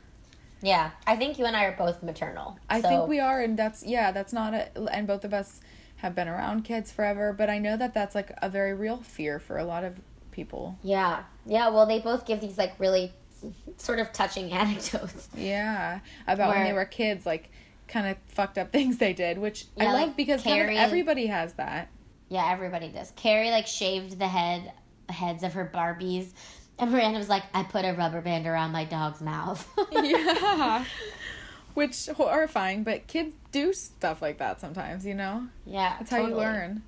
Speaker 5: Yeah, I think you and I are both maternal.
Speaker 4: I
Speaker 5: so-
Speaker 4: think we are, and that's, yeah, that's not a, and both of us have been around kids forever, but I know that that's like a very real fear for a lot of people.
Speaker 5: Yeah, yeah. Well, they both give these like really sort of touching anecdotes.
Speaker 4: Yeah. About when they
Speaker 5: Where-
Speaker 4: were kids, like kind of fucked up things they did, which I
Speaker 5: Yeah,
Speaker 4: love
Speaker 5: like
Speaker 4: because kind of
Speaker 5: Carrie-
Speaker 4: everybody has that.
Speaker 5: Yeah, everybody does. Carrie like shaved the head heads of her Barbies, and Miranda was like, "I put a rubber band around my dog's mouth."
Speaker 4: yeah. Which horrifying, but kids do stuff like that sometimes, you know?
Speaker 5: yeah,
Speaker 4: That's how you learn.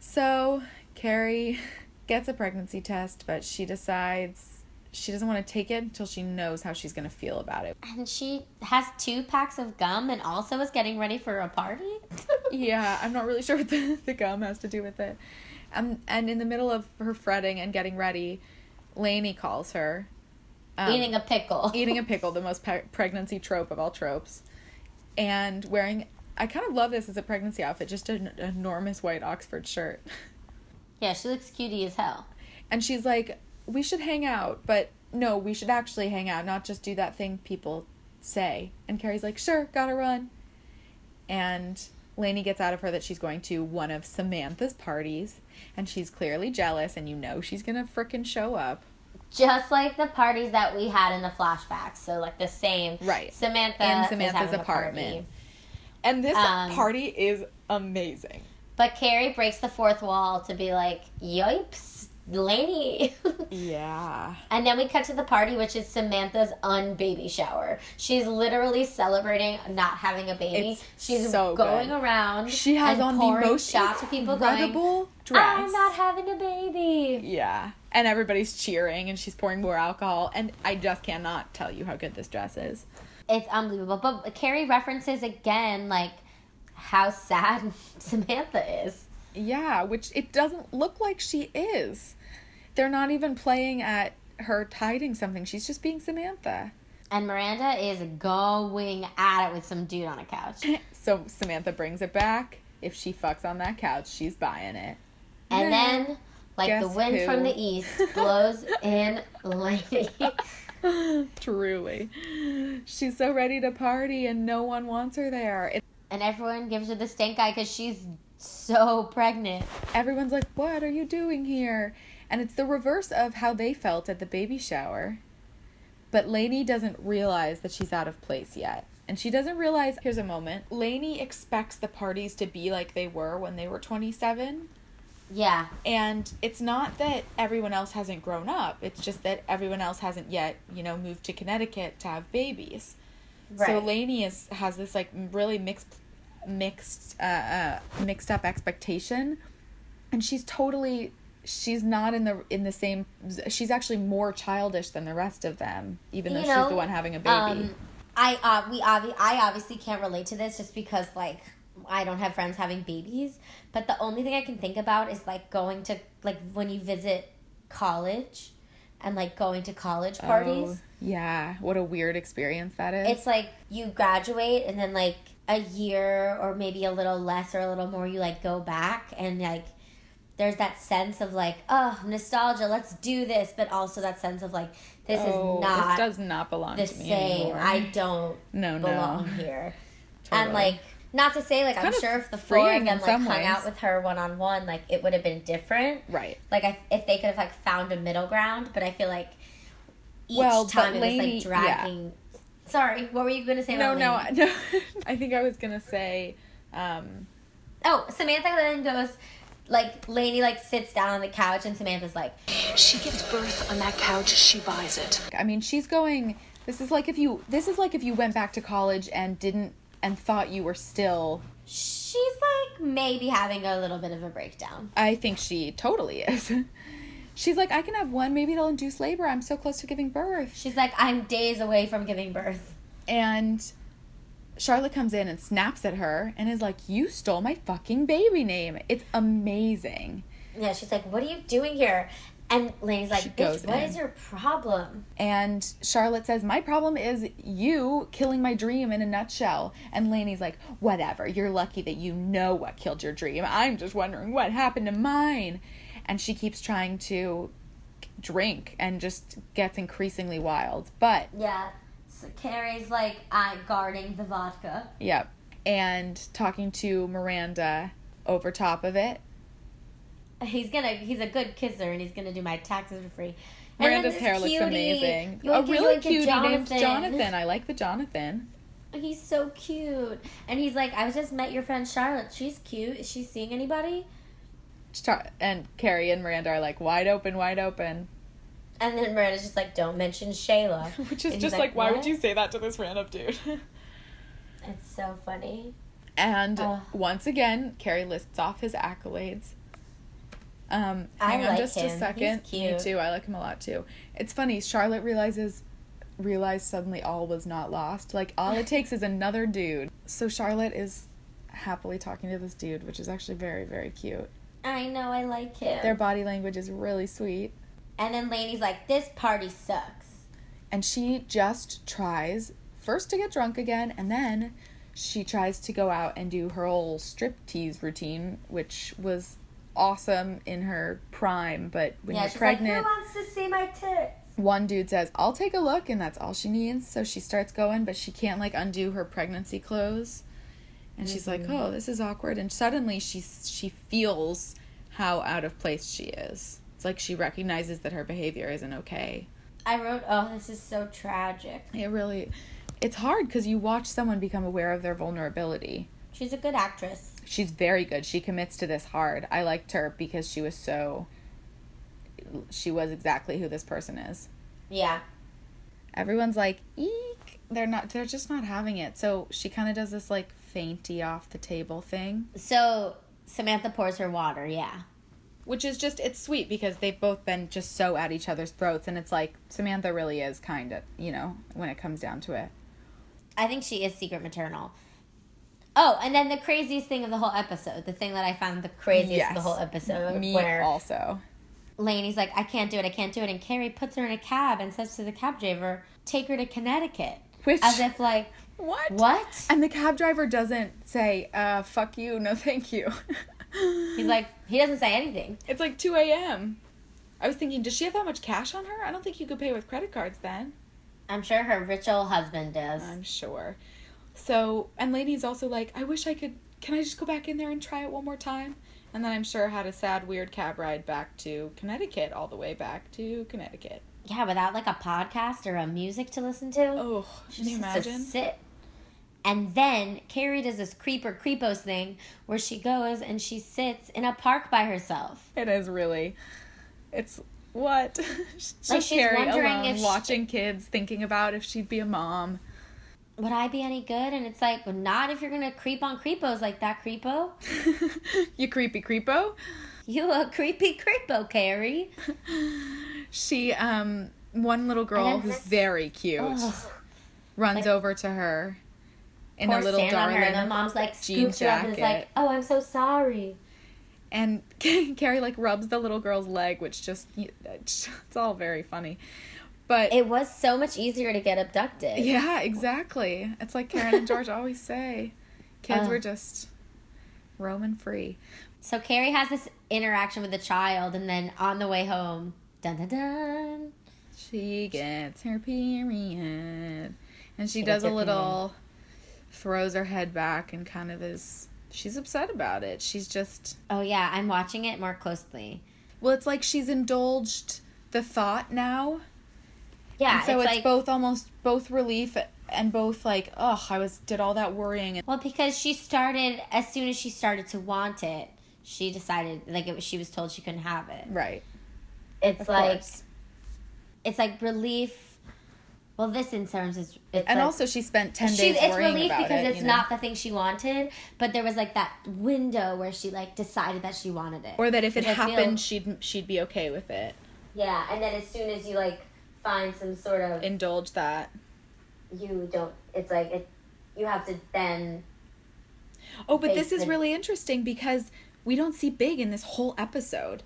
Speaker 4: So, Carrie gets a pregnancy test, but she decides she doesn't want to take it until she knows how she's going to feel about it.
Speaker 5: And she has two packs of gum, and also is getting ready for a party.
Speaker 4: yeah, I'm not really sure what the, the gum has to do with it. Um, and in the middle of her fretting and getting ready, Lainey calls her
Speaker 5: Eating a pickle.
Speaker 4: eating a pickle, the most pe- pregnancy trope of all tropes, and wearing. I kind of love this as a pregnancy outfit, just an enormous white Oxford shirt.
Speaker 5: yeah, she looks cutie as hell.
Speaker 4: And she's like, "We should hang out, but no, we should actually hang out, not just do that thing people say." And Carrie's like, "Sure, gotta run." And Lainey gets out of her that she's going to one of Samantha's parties, and she's clearly jealous, and you know she's gonna frickin' show up.
Speaker 5: Just like the parties that we had in the flashbacks, so like the same.
Speaker 4: Right.
Speaker 5: Samantha
Speaker 4: In
Speaker 5: is
Speaker 4: Samantha's
Speaker 5: having a party.
Speaker 4: apartment. And this
Speaker 5: Um,
Speaker 4: party is amazing.
Speaker 5: But Carrie breaks the fourth wall to be like, "Yipes, Lainey."
Speaker 4: Yeah.
Speaker 5: And then we cut to the party, which is Samantha's unbaby shower. She's literally celebrating not having a baby.
Speaker 4: It's
Speaker 5: She's
Speaker 4: so
Speaker 5: going
Speaker 4: good.
Speaker 5: around.
Speaker 4: She has
Speaker 5: and
Speaker 4: on the
Speaker 5: pouring
Speaker 4: most
Speaker 5: shots of people going.
Speaker 4: incredible dress.
Speaker 5: I'm not having a baby.
Speaker 4: yeah. And everybody's cheering and she's pouring more alcohol. And I just cannot tell you how good this dress is.
Speaker 5: It's unbelievable. But Carrie references again, like how sad Samantha is.
Speaker 4: Yeah, which it doesn't look like she is. They're not even playing at her hiding something. She's just being Samantha.
Speaker 5: And Miranda is going at it with some dude on a couch.
Speaker 4: So Samantha brings it back. If she fucks on that couch, she's buying it.
Speaker 5: And then, like the
Speaker 4: Guess
Speaker 5: wind
Speaker 4: who?
Speaker 5: from the east blows in Lady.
Speaker 4: Truly. She's so ready to party and no one wants her there. It,
Speaker 5: and everyone gives her the stink eye because she's so pregnant.
Speaker 4: everyone's like, What are you doing here? And it's the reverse of how they felt at the baby shower. But Lainey doesn't realize that she's out of place yet. And she doesn't realize, here's a moment. Lainey expects the parties to be like they were when they were 27.
Speaker 5: Yeah,
Speaker 4: And it's not that everyone else hasn't grown up, it's just that everyone else hasn't yet, you know, moved to Connecticut to have babies. So
Speaker 5: Right.
Speaker 4: Lainey is has this like m- really mixed, mixed, uh, uh, mixed up expectation, and she's totally she's not in the in the same. She's actually more childish than the rest of them, even though
Speaker 5: You
Speaker 4: she's
Speaker 5: know,
Speaker 4: the one having a baby.
Speaker 5: um, I uh, we obvi- I obviously can't relate to this just because like I don't have friends having babies. But the only thing I can think about is like going to like when you visit college and like going to college parties.
Speaker 4: yeah, what a weird experience that is.
Speaker 5: It's like you graduate and then like a year or maybe a little less or a little more you like go back and like there's that sense of like oh nostalgia let's do this but also that sense of like this
Speaker 4: Oh,
Speaker 5: is not
Speaker 4: this does not belong
Speaker 5: the
Speaker 4: to me
Speaker 5: same
Speaker 4: anymore.
Speaker 5: I don't
Speaker 4: No, no.
Speaker 5: belong here
Speaker 4: Totally.
Speaker 5: and like not to say like I'm
Speaker 4: kind of
Speaker 5: sure if the four
Speaker 4: freeing in
Speaker 5: of them like
Speaker 4: some
Speaker 5: hung out
Speaker 4: ways.
Speaker 5: with her one on one like it would have been different
Speaker 4: Right.
Speaker 5: like I, if they could have like found a middle ground but I feel like each
Speaker 4: Well, but
Speaker 5: time it was
Speaker 4: Lainey-
Speaker 5: like
Speaker 4: yeah.
Speaker 5: dragging Sorry, what were you going to say?
Speaker 4: No,
Speaker 5: about
Speaker 4: no,
Speaker 5: Lainey?
Speaker 4: no. I think I was gonna say, um,
Speaker 5: Oh, Samantha then goes, like, Lainey, like, sits down on the couch, and Samantha's like,
Speaker 8: She gives birth on that couch, she buys it.
Speaker 4: I mean, she's going. This is like if you. This is like if you went back to college and didn't and thought you were still.
Speaker 5: she's like maybe having a little bit of a breakdown.
Speaker 4: I think she totally is. She's like, I can have one. Maybe it'll induce labor. I'm so close to giving birth.
Speaker 5: She's like, I'm days away from giving birth.
Speaker 4: And Charlotte comes in and snaps at her and is like, "You stole my fucking baby name." It's amazing.
Speaker 5: Yeah, she's like, what are you doing here? And Lainey's
Speaker 4: She
Speaker 5: like,
Speaker 4: goes
Speaker 5: bitch, what
Speaker 4: in.
Speaker 5: is your problem?
Speaker 4: And Charlotte says, My problem is you killing my dream in a nutshell. And Lainey's like, Whatever, you're lucky that you know what killed your dream. I'm just wondering what happened to mine. And she keeps trying to drink and just gets increasingly wild. But,
Speaker 5: Yeah. So Carrie's like, i guarding the vodka.
Speaker 4: yeah. And talking to Miranda over top of it.
Speaker 5: He's gonna, he's a good kisser, and he's gonna do my taxes for free. And then
Speaker 4: Miranda's
Speaker 5: this
Speaker 4: hair looks
Speaker 5: cutie,
Speaker 4: amazing.
Speaker 5: yoinka,
Speaker 4: a really
Speaker 5: yoinka
Speaker 4: cute named Jonathan. I like the Jonathan.
Speaker 5: He's so cute. And he's like, I was just met your friend Charlotte. She's cute. Is she seeing anybody?
Speaker 4: Char- And Carrie and Miranda are like wide open, wide open.
Speaker 5: And then Miranda's just like, don't mention Shayla.
Speaker 4: Which is
Speaker 5: And he's
Speaker 4: just like, why
Speaker 5: "What?"
Speaker 4: would you say that to this random dude?
Speaker 5: It's so funny.
Speaker 4: and
Speaker 5: Ugh.
Speaker 4: once again, Carrie lists off his accolades. Um,
Speaker 5: I
Speaker 4: hang on
Speaker 5: like
Speaker 4: just
Speaker 5: him.
Speaker 4: a
Speaker 5: He's
Speaker 4: second.
Speaker 5: cute.
Speaker 4: Me too. I like him a lot too. It's funny. Charlotte realizes realized suddenly all was not lost. Like all it takes is another dude. So Charlotte is happily talking to this dude, which is actually very very cute.
Speaker 5: I know, I like him.
Speaker 4: Their body language is really sweet.
Speaker 5: and then Lainey's like, this party sucks.
Speaker 4: and she just tries first to get drunk again and then she tries to go out and do her whole striptease routine which was awesome in her prime but when
Speaker 5: yeah,
Speaker 4: you're
Speaker 5: she's
Speaker 4: pregnant
Speaker 5: like, who wants to see my tits?
Speaker 4: one dude says i'll take a look and that's all she needs so she starts going but she can't like undo her pregnancy clothes and she's like
Speaker 5: Mm-hmm.
Speaker 4: oh this is awkward and suddenly she she feels how out of place she is it's like she recognizes that her behavior isn't okay
Speaker 5: I wrote, oh, this is so tragic.
Speaker 4: It really, it's hard because you watch someone become aware of their vulnerability.
Speaker 5: She's a good actress.
Speaker 4: She's very good. She commits to this hard. I liked her because she was so, she was exactly who this person is.
Speaker 5: Yeah.
Speaker 4: Everyone's like, eek. They're not, they're just not having it. So she kind of does this like fainty off the table thing,
Speaker 5: So Samantha pours her water, yeah.
Speaker 4: which is just, it's sweet because they've both been just so at each other's throats. And it's like, Samantha really is kind of, you know, when it comes down to it.
Speaker 5: I think she is secret maternal. Oh, and then the craziest thing of the whole episode, the thing that I found the craziest of the whole episode,
Speaker 4: Me
Speaker 5: Uh, where
Speaker 4: also.
Speaker 5: Lainey's like, I can't do it, I can't do it, and Carrie puts her in a cab and says to the cab driver, "Take her to Connecticut,"
Speaker 4: Which-
Speaker 5: as if like,
Speaker 4: What?
Speaker 5: What?
Speaker 4: And the cab driver doesn't say, uh, fuck you, no thank you.
Speaker 5: he's like, he doesn't say anything.
Speaker 4: it's like 2 a.m. I was thinking, does she have that much cash on her? I don't think you could pay with credit cards then.
Speaker 5: I'm sure her rich old husband does.
Speaker 4: I'm sure. So, and Lainey's also like, I wish I could, can I just go back in there and try it one more time? And then I'm sure had a sad, weird cab ride back to Connecticut, all the way back to Connecticut.
Speaker 5: yeah, without like a podcast or a music to listen to.
Speaker 4: Oh,
Speaker 5: She
Speaker 4: can you
Speaker 5: just has to
Speaker 4: imagine?
Speaker 5: sit. And then Carrie does this creeper creepos thing where she goes and she sits in a park by herself.
Speaker 4: It is really, it's what? Just
Speaker 5: Like, she's
Speaker 4: Carrie
Speaker 5: wondering
Speaker 4: alone,
Speaker 5: if she-
Speaker 4: watching kids, thinking about if she'd be a mom.
Speaker 5: Would I be any good? And it's like, well, not if you're gonna creep on creepos like that creepo.
Speaker 4: you creepy creepo.
Speaker 5: You a creepy creepo, Carrie.
Speaker 4: She, um, one little girl
Speaker 5: then
Speaker 4: who's
Speaker 5: this-
Speaker 4: very cute runs over to her in a
Speaker 5: Pours
Speaker 4: little
Speaker 5: sand on her, and the
Speaker 4: darling
Speaker 5: mom's like
Speaker 4: jean
Speaker 5: scoops her up and is like,
Speaker 4: jacket.
Speaker 5: "Oh, I'm so sorry."
Speaker 4: and Carrie like rubs the little girl's leg, which just it's all very funny. But
Speaker 5: It was so much easier to get abducted.
Speaker 4: yeah, exactly. It's like Karen and George always say, kids were just roaming free.
Speaker 5: So Carrie has this interaction with the child, and then on the way home, dun dun dun.
Speaker 4: She gets her period. And she, does a
Speaker 5: her
Speaker 4: little throws her head back and kind of is she's upset about it. She's just
Speaker 5: Oh yeah, I'm watching it more closely.
Speaker 4: well, it's like she's indulged the thought now.
Speaker 5: Yeah,
Speaker 4: so it's,
Speaker 5: like
Speaker 4: both almost both relief and both like, oh, I was did all that worrying and
Speaker 5: Well, because she started as soon as she started to want it, she decided like it was, she was told she couldn't have it.
Speaker 4: right.
Speaker 5: It's
Speaker 4: Of
Speaker 5: like
Speaker 4: course.
Speaker 5: it's like relief. Well, this in terms is it's
Speaker 4: And
Speaker 5: like-
Speaker 4: also, she spent ten
Speaker 5: she,
Speaker 4: days
Speaker 5: it's
Speaker 4: worrying
Speaker 5: relief
Speaker 4: about
Speaker 5: because
Speaker 4: it.
Speaker 5: it's
Speaker 4: you know?
Speaker 5: not the thing she wanted, but there was like that window where she like decided that she wanted it.
Speaker 4: or that if it
Speaker 5: Which I feel-
Speaker 4: happened, she'd she'd be okay with it.
Speaker 5: yeah, and then as soon as you like find some sort of
Speaker 4: Indulge that.
Speaker 5: you don't, it's like it, you have to then
Speaker 4: Oh, but this
Speaker 5: face
Speaker 4: is
Speaker 5: the-
Speaker 4: really interesting because we don't see Big in this whole episode.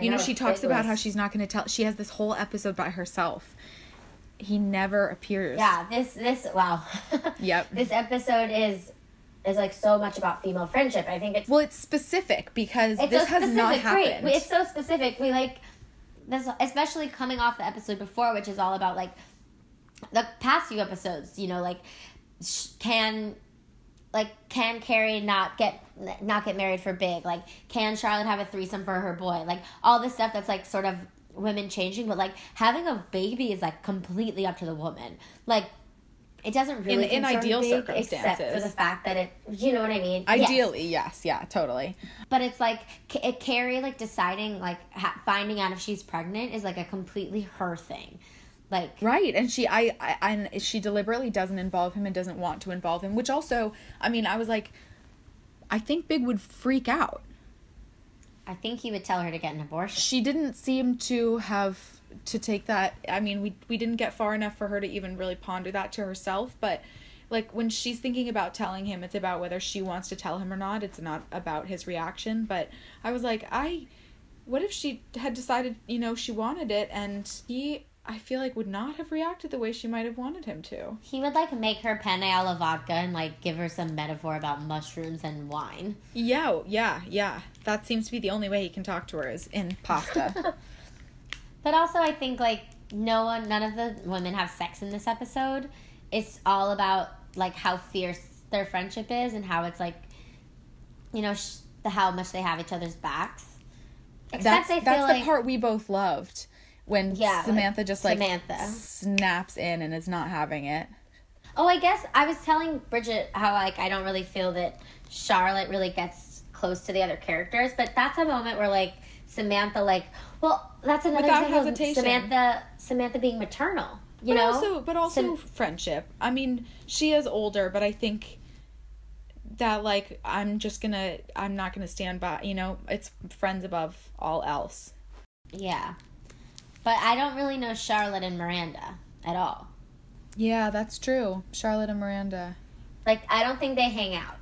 Speaker 4: You know,
Speaker 5: know,
Speaker 4: she
Speaker 5: Big
Speaker 4: talks about how
Speaker 5: was-
Speaker 4: she's not going to tell. She has this whole episode by herself. He never appears.
Speaker 5: yeah this this wow
Speaker 4: Yep.
Speaker 5: this episode is is like so much about female friendship. I think it's
Speaker 4: Well, it's specific because
Speaker 5: it's
Speaker 4: this
Speaker 5: so
Speaker 4: has
Speaker 5: specific.
Speaker 4: not
Speaker 5: Great.
Speaker 4: happened.
Speaker 5: We- It's so specific. We like this, especially coming off the episode before, which is all about like the past few episodes. You know, like sh- can like can Carrie not get not get married for big? Like can Charlotte have a threesome for her boy? Like all this stuff that's like sort of women changing, but like having a baby is like completely up to the woman. Like. It doesn't really
Speaker 4: in
Speaker 5: concern
Speaker 4: ideal
Speaker 5: Big, except for
Speaker 4: circumstances.
Speaker 5: the fact that it, you know what I mean. Yes.
Speaker 4: Ideally, yes, yeah, totally.
Speaker 5: But it's like K- uh, Carrie, like deciding, like ha- finding out if she's pregnant is like a completely her thing. Like,
Speaker 4: Right, and she, I, I, and she deliberately doesn't involve him and doesn't want to involve him. Which also, I mean, I was like, I think Big would freak out.
Speaker 5: I think he would tell her to get an abortion.
Speaker 4: she didn't seem to have to take that i mean we we didn't get far enough for her to even really ponder that to herself but like when she's thinking about telling him it's about whether she wants to tell him or not it's not about his reaction but i was like i what if she had decided you know she wanted it and he i feel like would not have reacted the way she might have wanted him to
Speaker 5: He would like make her penne alla vodka and like give her some metaphor about mushrooms and wine.
Speaker 4: yeah yeah yeah that seems to be the only way he can talk to her is in pasta
Speaker 5: But also, I think like no one, none of the women have sex in this episode. It's all about like how fierce their friendship is and how it's like, you know, sh- the, how much they have each other's backs. Except
Speaker 4: that's,
Speaker 5: I feel
Speaker 4: that's
Speaker 5: like-
Speaker 4: the part we both loved when
Speaker 5: Yeah,
Speaker 4: Samantha
Speaker 5: like
Speaker 4: just like
Speaker 5: Samantha.
Speaker 4: snaps in and is not having it.
Speaker 5: Oh, I guess I was telling Bridget how like I don't really feel that Charlotte really gets close to the other characters, but that's a moment where like Samantha like well that's another
Speaker 4: Without
Speaker 5: example of
Speaker 4: hesitation.
Speaker 5: Samantha Samantha being maternal.
Speaker 4: but
Speaker 5: You know,
Speaker 4: also, but also
Speaker 5: Sam-
Speaker 4: friendship. I mean, she is older, but I think that like I'm just gonna I'm not gonna stand by. You know, it's friends above all else.
Speaker 5: yeah. But I don't really know Charlotte and Miranda at all.
Speaker 4: Yeah, that's true. Charlotte and Miranda.
Speaker 5: Like I don't think they hang out.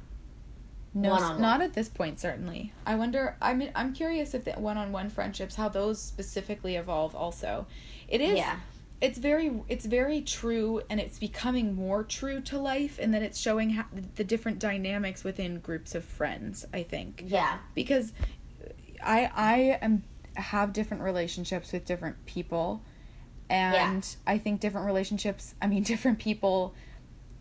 Speaker 4: No,
Speaker 5: One-on-one.
Speaker 4: not at this point certainly. I wonder. I mean, I'm curious if the one-on-one friendships, how those specifically evolve. Also, it is.
Speaker 5: Yeah.
Speaker 4: It's very, it's very true, and it's becoming more true to life, and that it's showing how, the different dynamics within groups of friends. I think
Speaker 5: Yeah.
Speaker 4: because I I am have different relationships with different people, and I think different relationships. I mean, different people,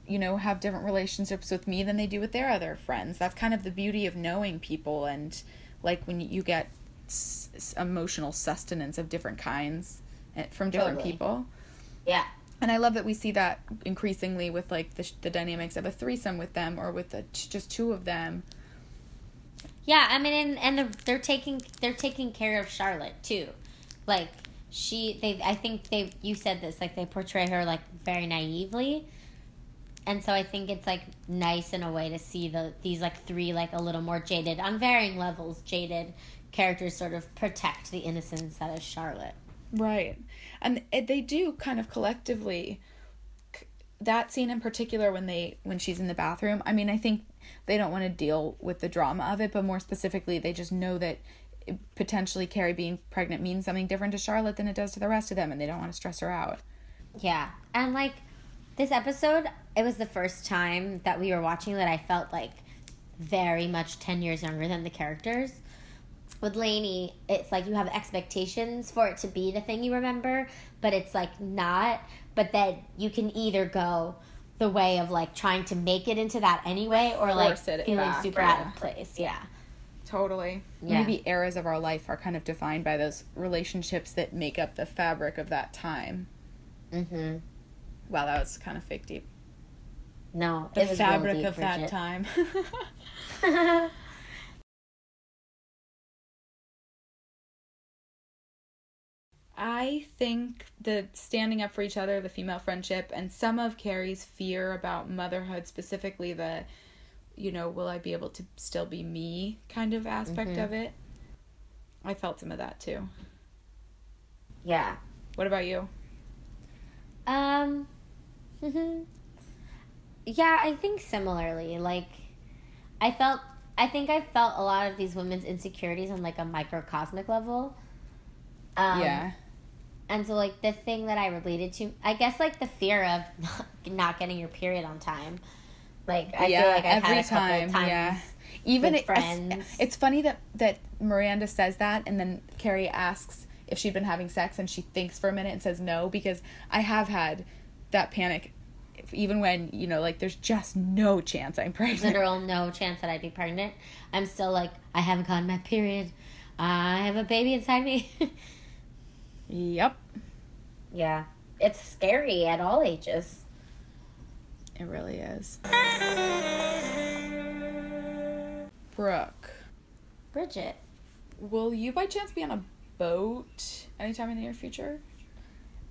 Speaker 4: you know, have different relationships with me than they do with their other friends. That's kind of the beauty of knowing people, and like when you get s- s- emotional sustenance of different kinds eh, from different
Speaker 5: Totally.
Speaker 4: people.
Speaker 5: Yeah.
Speaker 4: And I love that we see that increasingly with like the, sh- the dynamics of a threesome with them or with the t- just two of them.
Speaker 5: Yeah, I mean, and, and they're, they're taking they're taking care of Charlotte too. Like she, they, I think they. You said this, like they portray her like very naively, and so I think it's like nice in a way to see the these like three like a little more jaded, on varying levels, jaded characters sort of protect the innocence that is Charlotte.
Speaker 4: Right. And it, they do kind of collectively c- that scene in particular when they when she's in the bathroom. I mean, I think they don't want to deal with the drama of it, but more specifically, they just know that it- potentially Carrie being pregnant means something different to Charlotte than it does to the rest of them and they don't want to stress her out.
Speaker 5: Yeah. And like this episode, it was the first time that we were watching that I felt like very much 10 years younger than the characters. With Lainey, it's like you have expectations for it to be the thing you remember, but it's like not. But then you can either go the way of like trying to make it into that anyway or like
Speaker 4: Force it
Speaker 5: feeling
Speaker 4: back,
Speaker 5: super out of place. Yeah.
Speaker 4: Totally.
Speaker 5: Yeah.
Speaker 4: Maybe eras of our life are kind of defined by those relationships that make up the fabric of that time.
Speaker 5: Mm hmm.
Speaker 4: Wow, that was kind of fake deep.
Speaker 5: No,
Speaker 4: the
Speaker 5: it was real
Speaker 4: fabric
Speaker 5: deep,
Speaker 4: of that
Speaker 5: Bridget.
Speaker 4: time. I think the standing up for each other, the female friendship, and some of Carrie's fear about motherhood, specifically the, you know, will I be able to still be me kind of aspect
Speaker 5: Mm-hmm.
Speaker 4: of it. I felt some of that too.
Speaker 5: Yeah.
Speaker 4: What about you?
Speaker 5: Um. yeah, I think similarly. Like, I felt. I think I felt a lot of these women's insecurities on like a microcosmic level. Um,
Speaker 4: yeah.
Speaker 5: And so, like, the thing that I related to, I guess, like, the fear of not getting your period on time. Like, I feel like I've had a couple times.
Speaker 4: Even
Speaker 5: with
Speaker 4: it- es-
Speaker 5: friends.
Speaker 4: it's funny that that Miranda says that, and then Carrie asks if she'd been having sex, and she thinks for a minute and says no because I have had that panic, if- even when you know, like there's just no chance I'm pregnant.
Speaker 5: literal no chance that I'd be pregnant. I'm still like, I haven't gotten my period. I have a baby inside me.
Speaker 4: Yep,
Speaker 5: yeah. It's scary at all ages.
Speaker 4: it really is. Brooke,
Speaker 5: Bridget.
Speaker 4: will you by chance be on a boat anytime in the near future?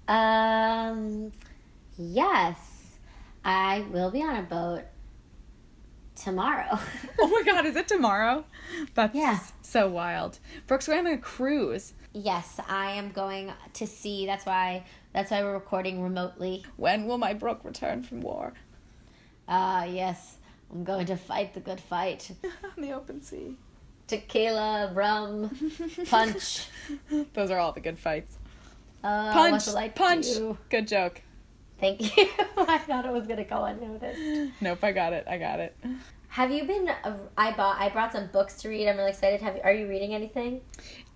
Speaker 5: Um, yes, I will be on a boat tomorrow.
Speaker 4: Oh my god, is it tomorrow? That's
Speaker 5: Yeah.
Speaker 4: so wild. Brooke's going on a cruise.
Speaker 5: yes, I am going to sea. That's why. That's why we're recording remotely.
Speaker 4: When will my Brooke return from war?
Speaker 5: Ah, yes, I'm going to fight the good fight.
Speaker 4: On the open sea.
Speaker 5: Tequila, rum, punch.
Speaker 4: Those are all the good fights.
Speaker 5: Uh, what
Speaker 4: Punch!
Speaker 5: shall I
Speaker 4: punch!
Speaker 5: do?
Speaker 4: Good joke.
Speaker 5: Thank you. I thought it was gonna go unnoticed.
Speaker 4: Nope, I got it. I got it.
Speaker 5: Have you been? I bought. I brought some books to read. I'm really excited. Have you? Are you reading anything?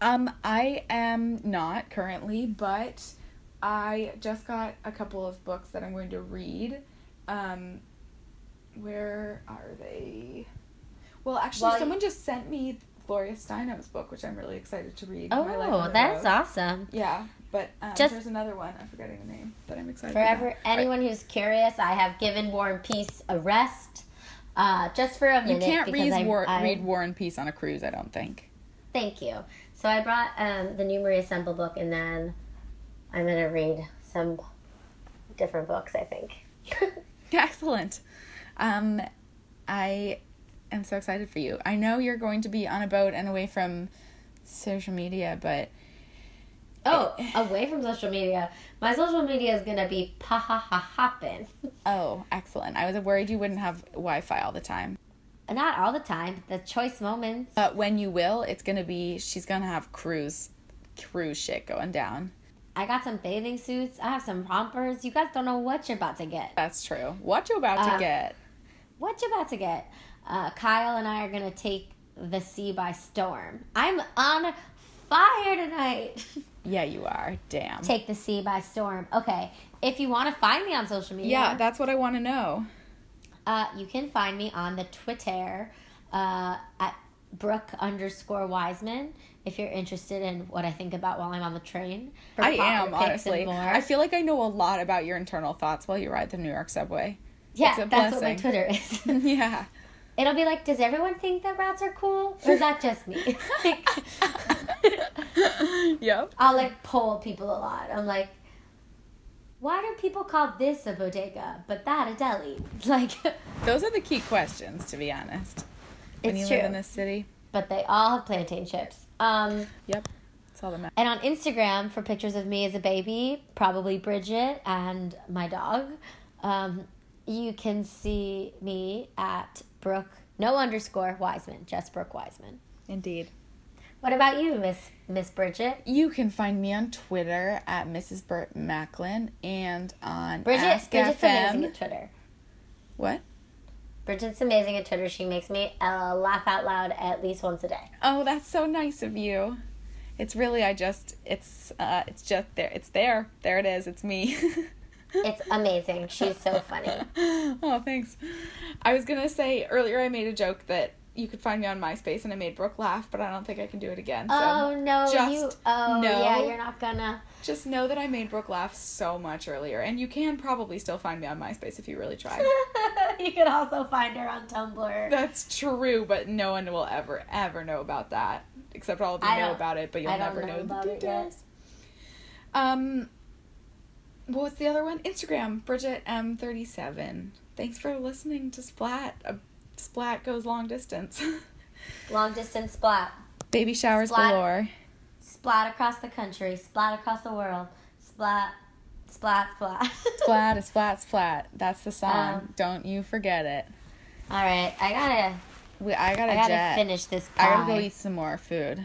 Speaker 4: Um, I am not currently, but I just got a couple of books that I'm going to read. Um, where are they? Well, actually,
Speaker 5: Well, you-
Speaker 4: someone just sent me Gloria Steinem's book, which I'm really excited to read. My Life on
Speaker 5: Oh,
Speaker 4: the
Speaker 5: that's
Speaker 4: Road.
Speaker 5: awesome.
Speaker 4: Yeah, but um,
Speaker 5: Just-
Speaker 4: there's another one. I'm forgetting the name that I'm excited
Speaker 5: Forever.
Speaker 4: about.
Speaker 5: Anyone who's curious, I have given War and Peace a rest, uh, just for a
Speaker 4: You
Speaker 5: minute.
Speaker 4: can't
Speaker 5: because
Speaker 4: read
Speaker 5: I-
Speaker 4: War,
Speaker 5: I-
Speaker 4: read War and Peace on a cruise, I don't think.
Speaker 5: Thank you. So I brought um, the new Maria Semple book, and then I'm gonna read some different books. I think.
Speaker 4: Excellent. Um, I am so excited for you. I know you're going to be on a boat and away from social media, but
Speaker 5: oh, away from social media. My social media is gonna be pa ha ha hoppin'.
Speaker 4: oh, excellent. I was worried you wouldn't have Wi Fi all the time.
Speaker 5: Not all the time. The choice moments.
Speaker 4: But when you will, it's going to be, she's going to have cruise, cruise shit going down.
Speaker 5: I got some bathing suits. I have some rompers. You guys don't know what you're about to get.
Speaker 4: That's true. What you about
Speaker 5: Uh,
Speaker 4: to get?
Speaker 5: What you're about to get. Uh, Kyle and I are gonna take the sea by storm. I'm on fire tonight.
Speaker 4: Yeah, you are. Damn.
Speaker 5: take the sea by storm. Okay. If you want to find me on social media,
Speaker 4: yeah, that's what I want to know.
Speaker 5: uh, you can find me on the Twitter uh, at Brooke underscore Wiseman. If you're interested in what I think about while I'm on the train, For
Speaker 4: I
Speaker 5: popular
Speaker 4: am,
Speaker 5: picks and
Speaker 4: honestly.
Speaker 5: more.
Speaker 4: I feel like I know a lot about your internal thoughts while you ride the New York subway.
Speaker 5: yeah,
Speaker 4: it's a
Speaker 5: that's what my
Speaker 4: blessing.
Speaker 5: Twitter is.
Speaker 4: Yeah.
Speaker 5: It'll be like, does everyone think that rats are cool? Or is that just me? like,
Speaker 4: Yep.
Speaker 5: I'll like poll people a lot. I'm like, why do people call this a bodega, but that a deli? Like,
Speaker 4: Those are the key questions, to be honest. When
Speaker 5: it's
Speaker 4: you
Speaker 5: true.
Speaker 4: live in this city.
Speaker 5: But they all have plantain chips. Um,
Speaker 4: Yep. It's all that matters.
Speaker 5: and on Instagram for pictures of me as a baby, probably Bridget and my dog. Um, you can see me at Brooke, no underscore Wiseman, just Brooke Wiseman.
Speaker 4: Indeed.
Speaker 5: What about you, Miss Miss Bridget?
Speaker 4: You can find me on Twitter at Mrs. Burt Macklin and on
Speaker 5: Bridget,
Speaker 4: Ask
Speaker 5: Bridget's
Speaker 4: FM.
Speaker 5: amazing at Twitter.
Speaker 4: What?
Speaker 5: Bridget's amazing at Twitter. She makes me uh, laugh out loud at least once a day.
Speaker 4: Oh, that's so nice of you. It's really I just it's uh it's just there it's there. There it is. It's me.
Speaker 5: It's amazing. She's so funny.
Speaker 4: Oh, thanks. I was going to say earlier I made a joke that you could find me on MySpace and I made Brooke laugh, but I don't think I can do it again. So
Speaker 5: oh no,
Speaker 4: just
Speaker 5: you. Oh
Speaker 4: know-
Speaker 5: yeah, you're not gonna.
Speaker 4: Just know that I made Brooke laugh so much earlier, and you can probably still find me on MySpace if you really try.
Speaker 5: you can also find her on Tumblr.
Speaker 4: That's true, but no one will ever ever know about that except all of you
Speaker 5: I
Speaker 4: know
Speaker 5: don't-
Speaker 4: about it, but you'll
Speaker 5: I don't
Speaker 4: never
Speaker 5: know
Speaker 4: know,
Speaker 5: about
Speaker 4: the
Speaker 5: it yet.
Speaker 4: details. Um, what was the other one? Instagram, Bridget M thirty seven. Thanks for listening to Splat. A splat goes long distance.
Speaker 5: Long distance splat,
Speaker 4: Baby showers
Speaker 5: Splat.
Speaker 4: galore.
Speaker 5: splat across the country, splat across the world, splat, splat, splat.
Speaker 4: Splat, a splat, splat. That's the song.
Speaker 5: Um,
Speaker 4: Don't you forget it.
Speaker 5: All right, I gotta,
Speaker 4: We, I gotta,
Speaker 5: I gotta
Speaker 4: jet.
Speaker 5: finish this pie.
Speaker 4: I gotta go eat some more food.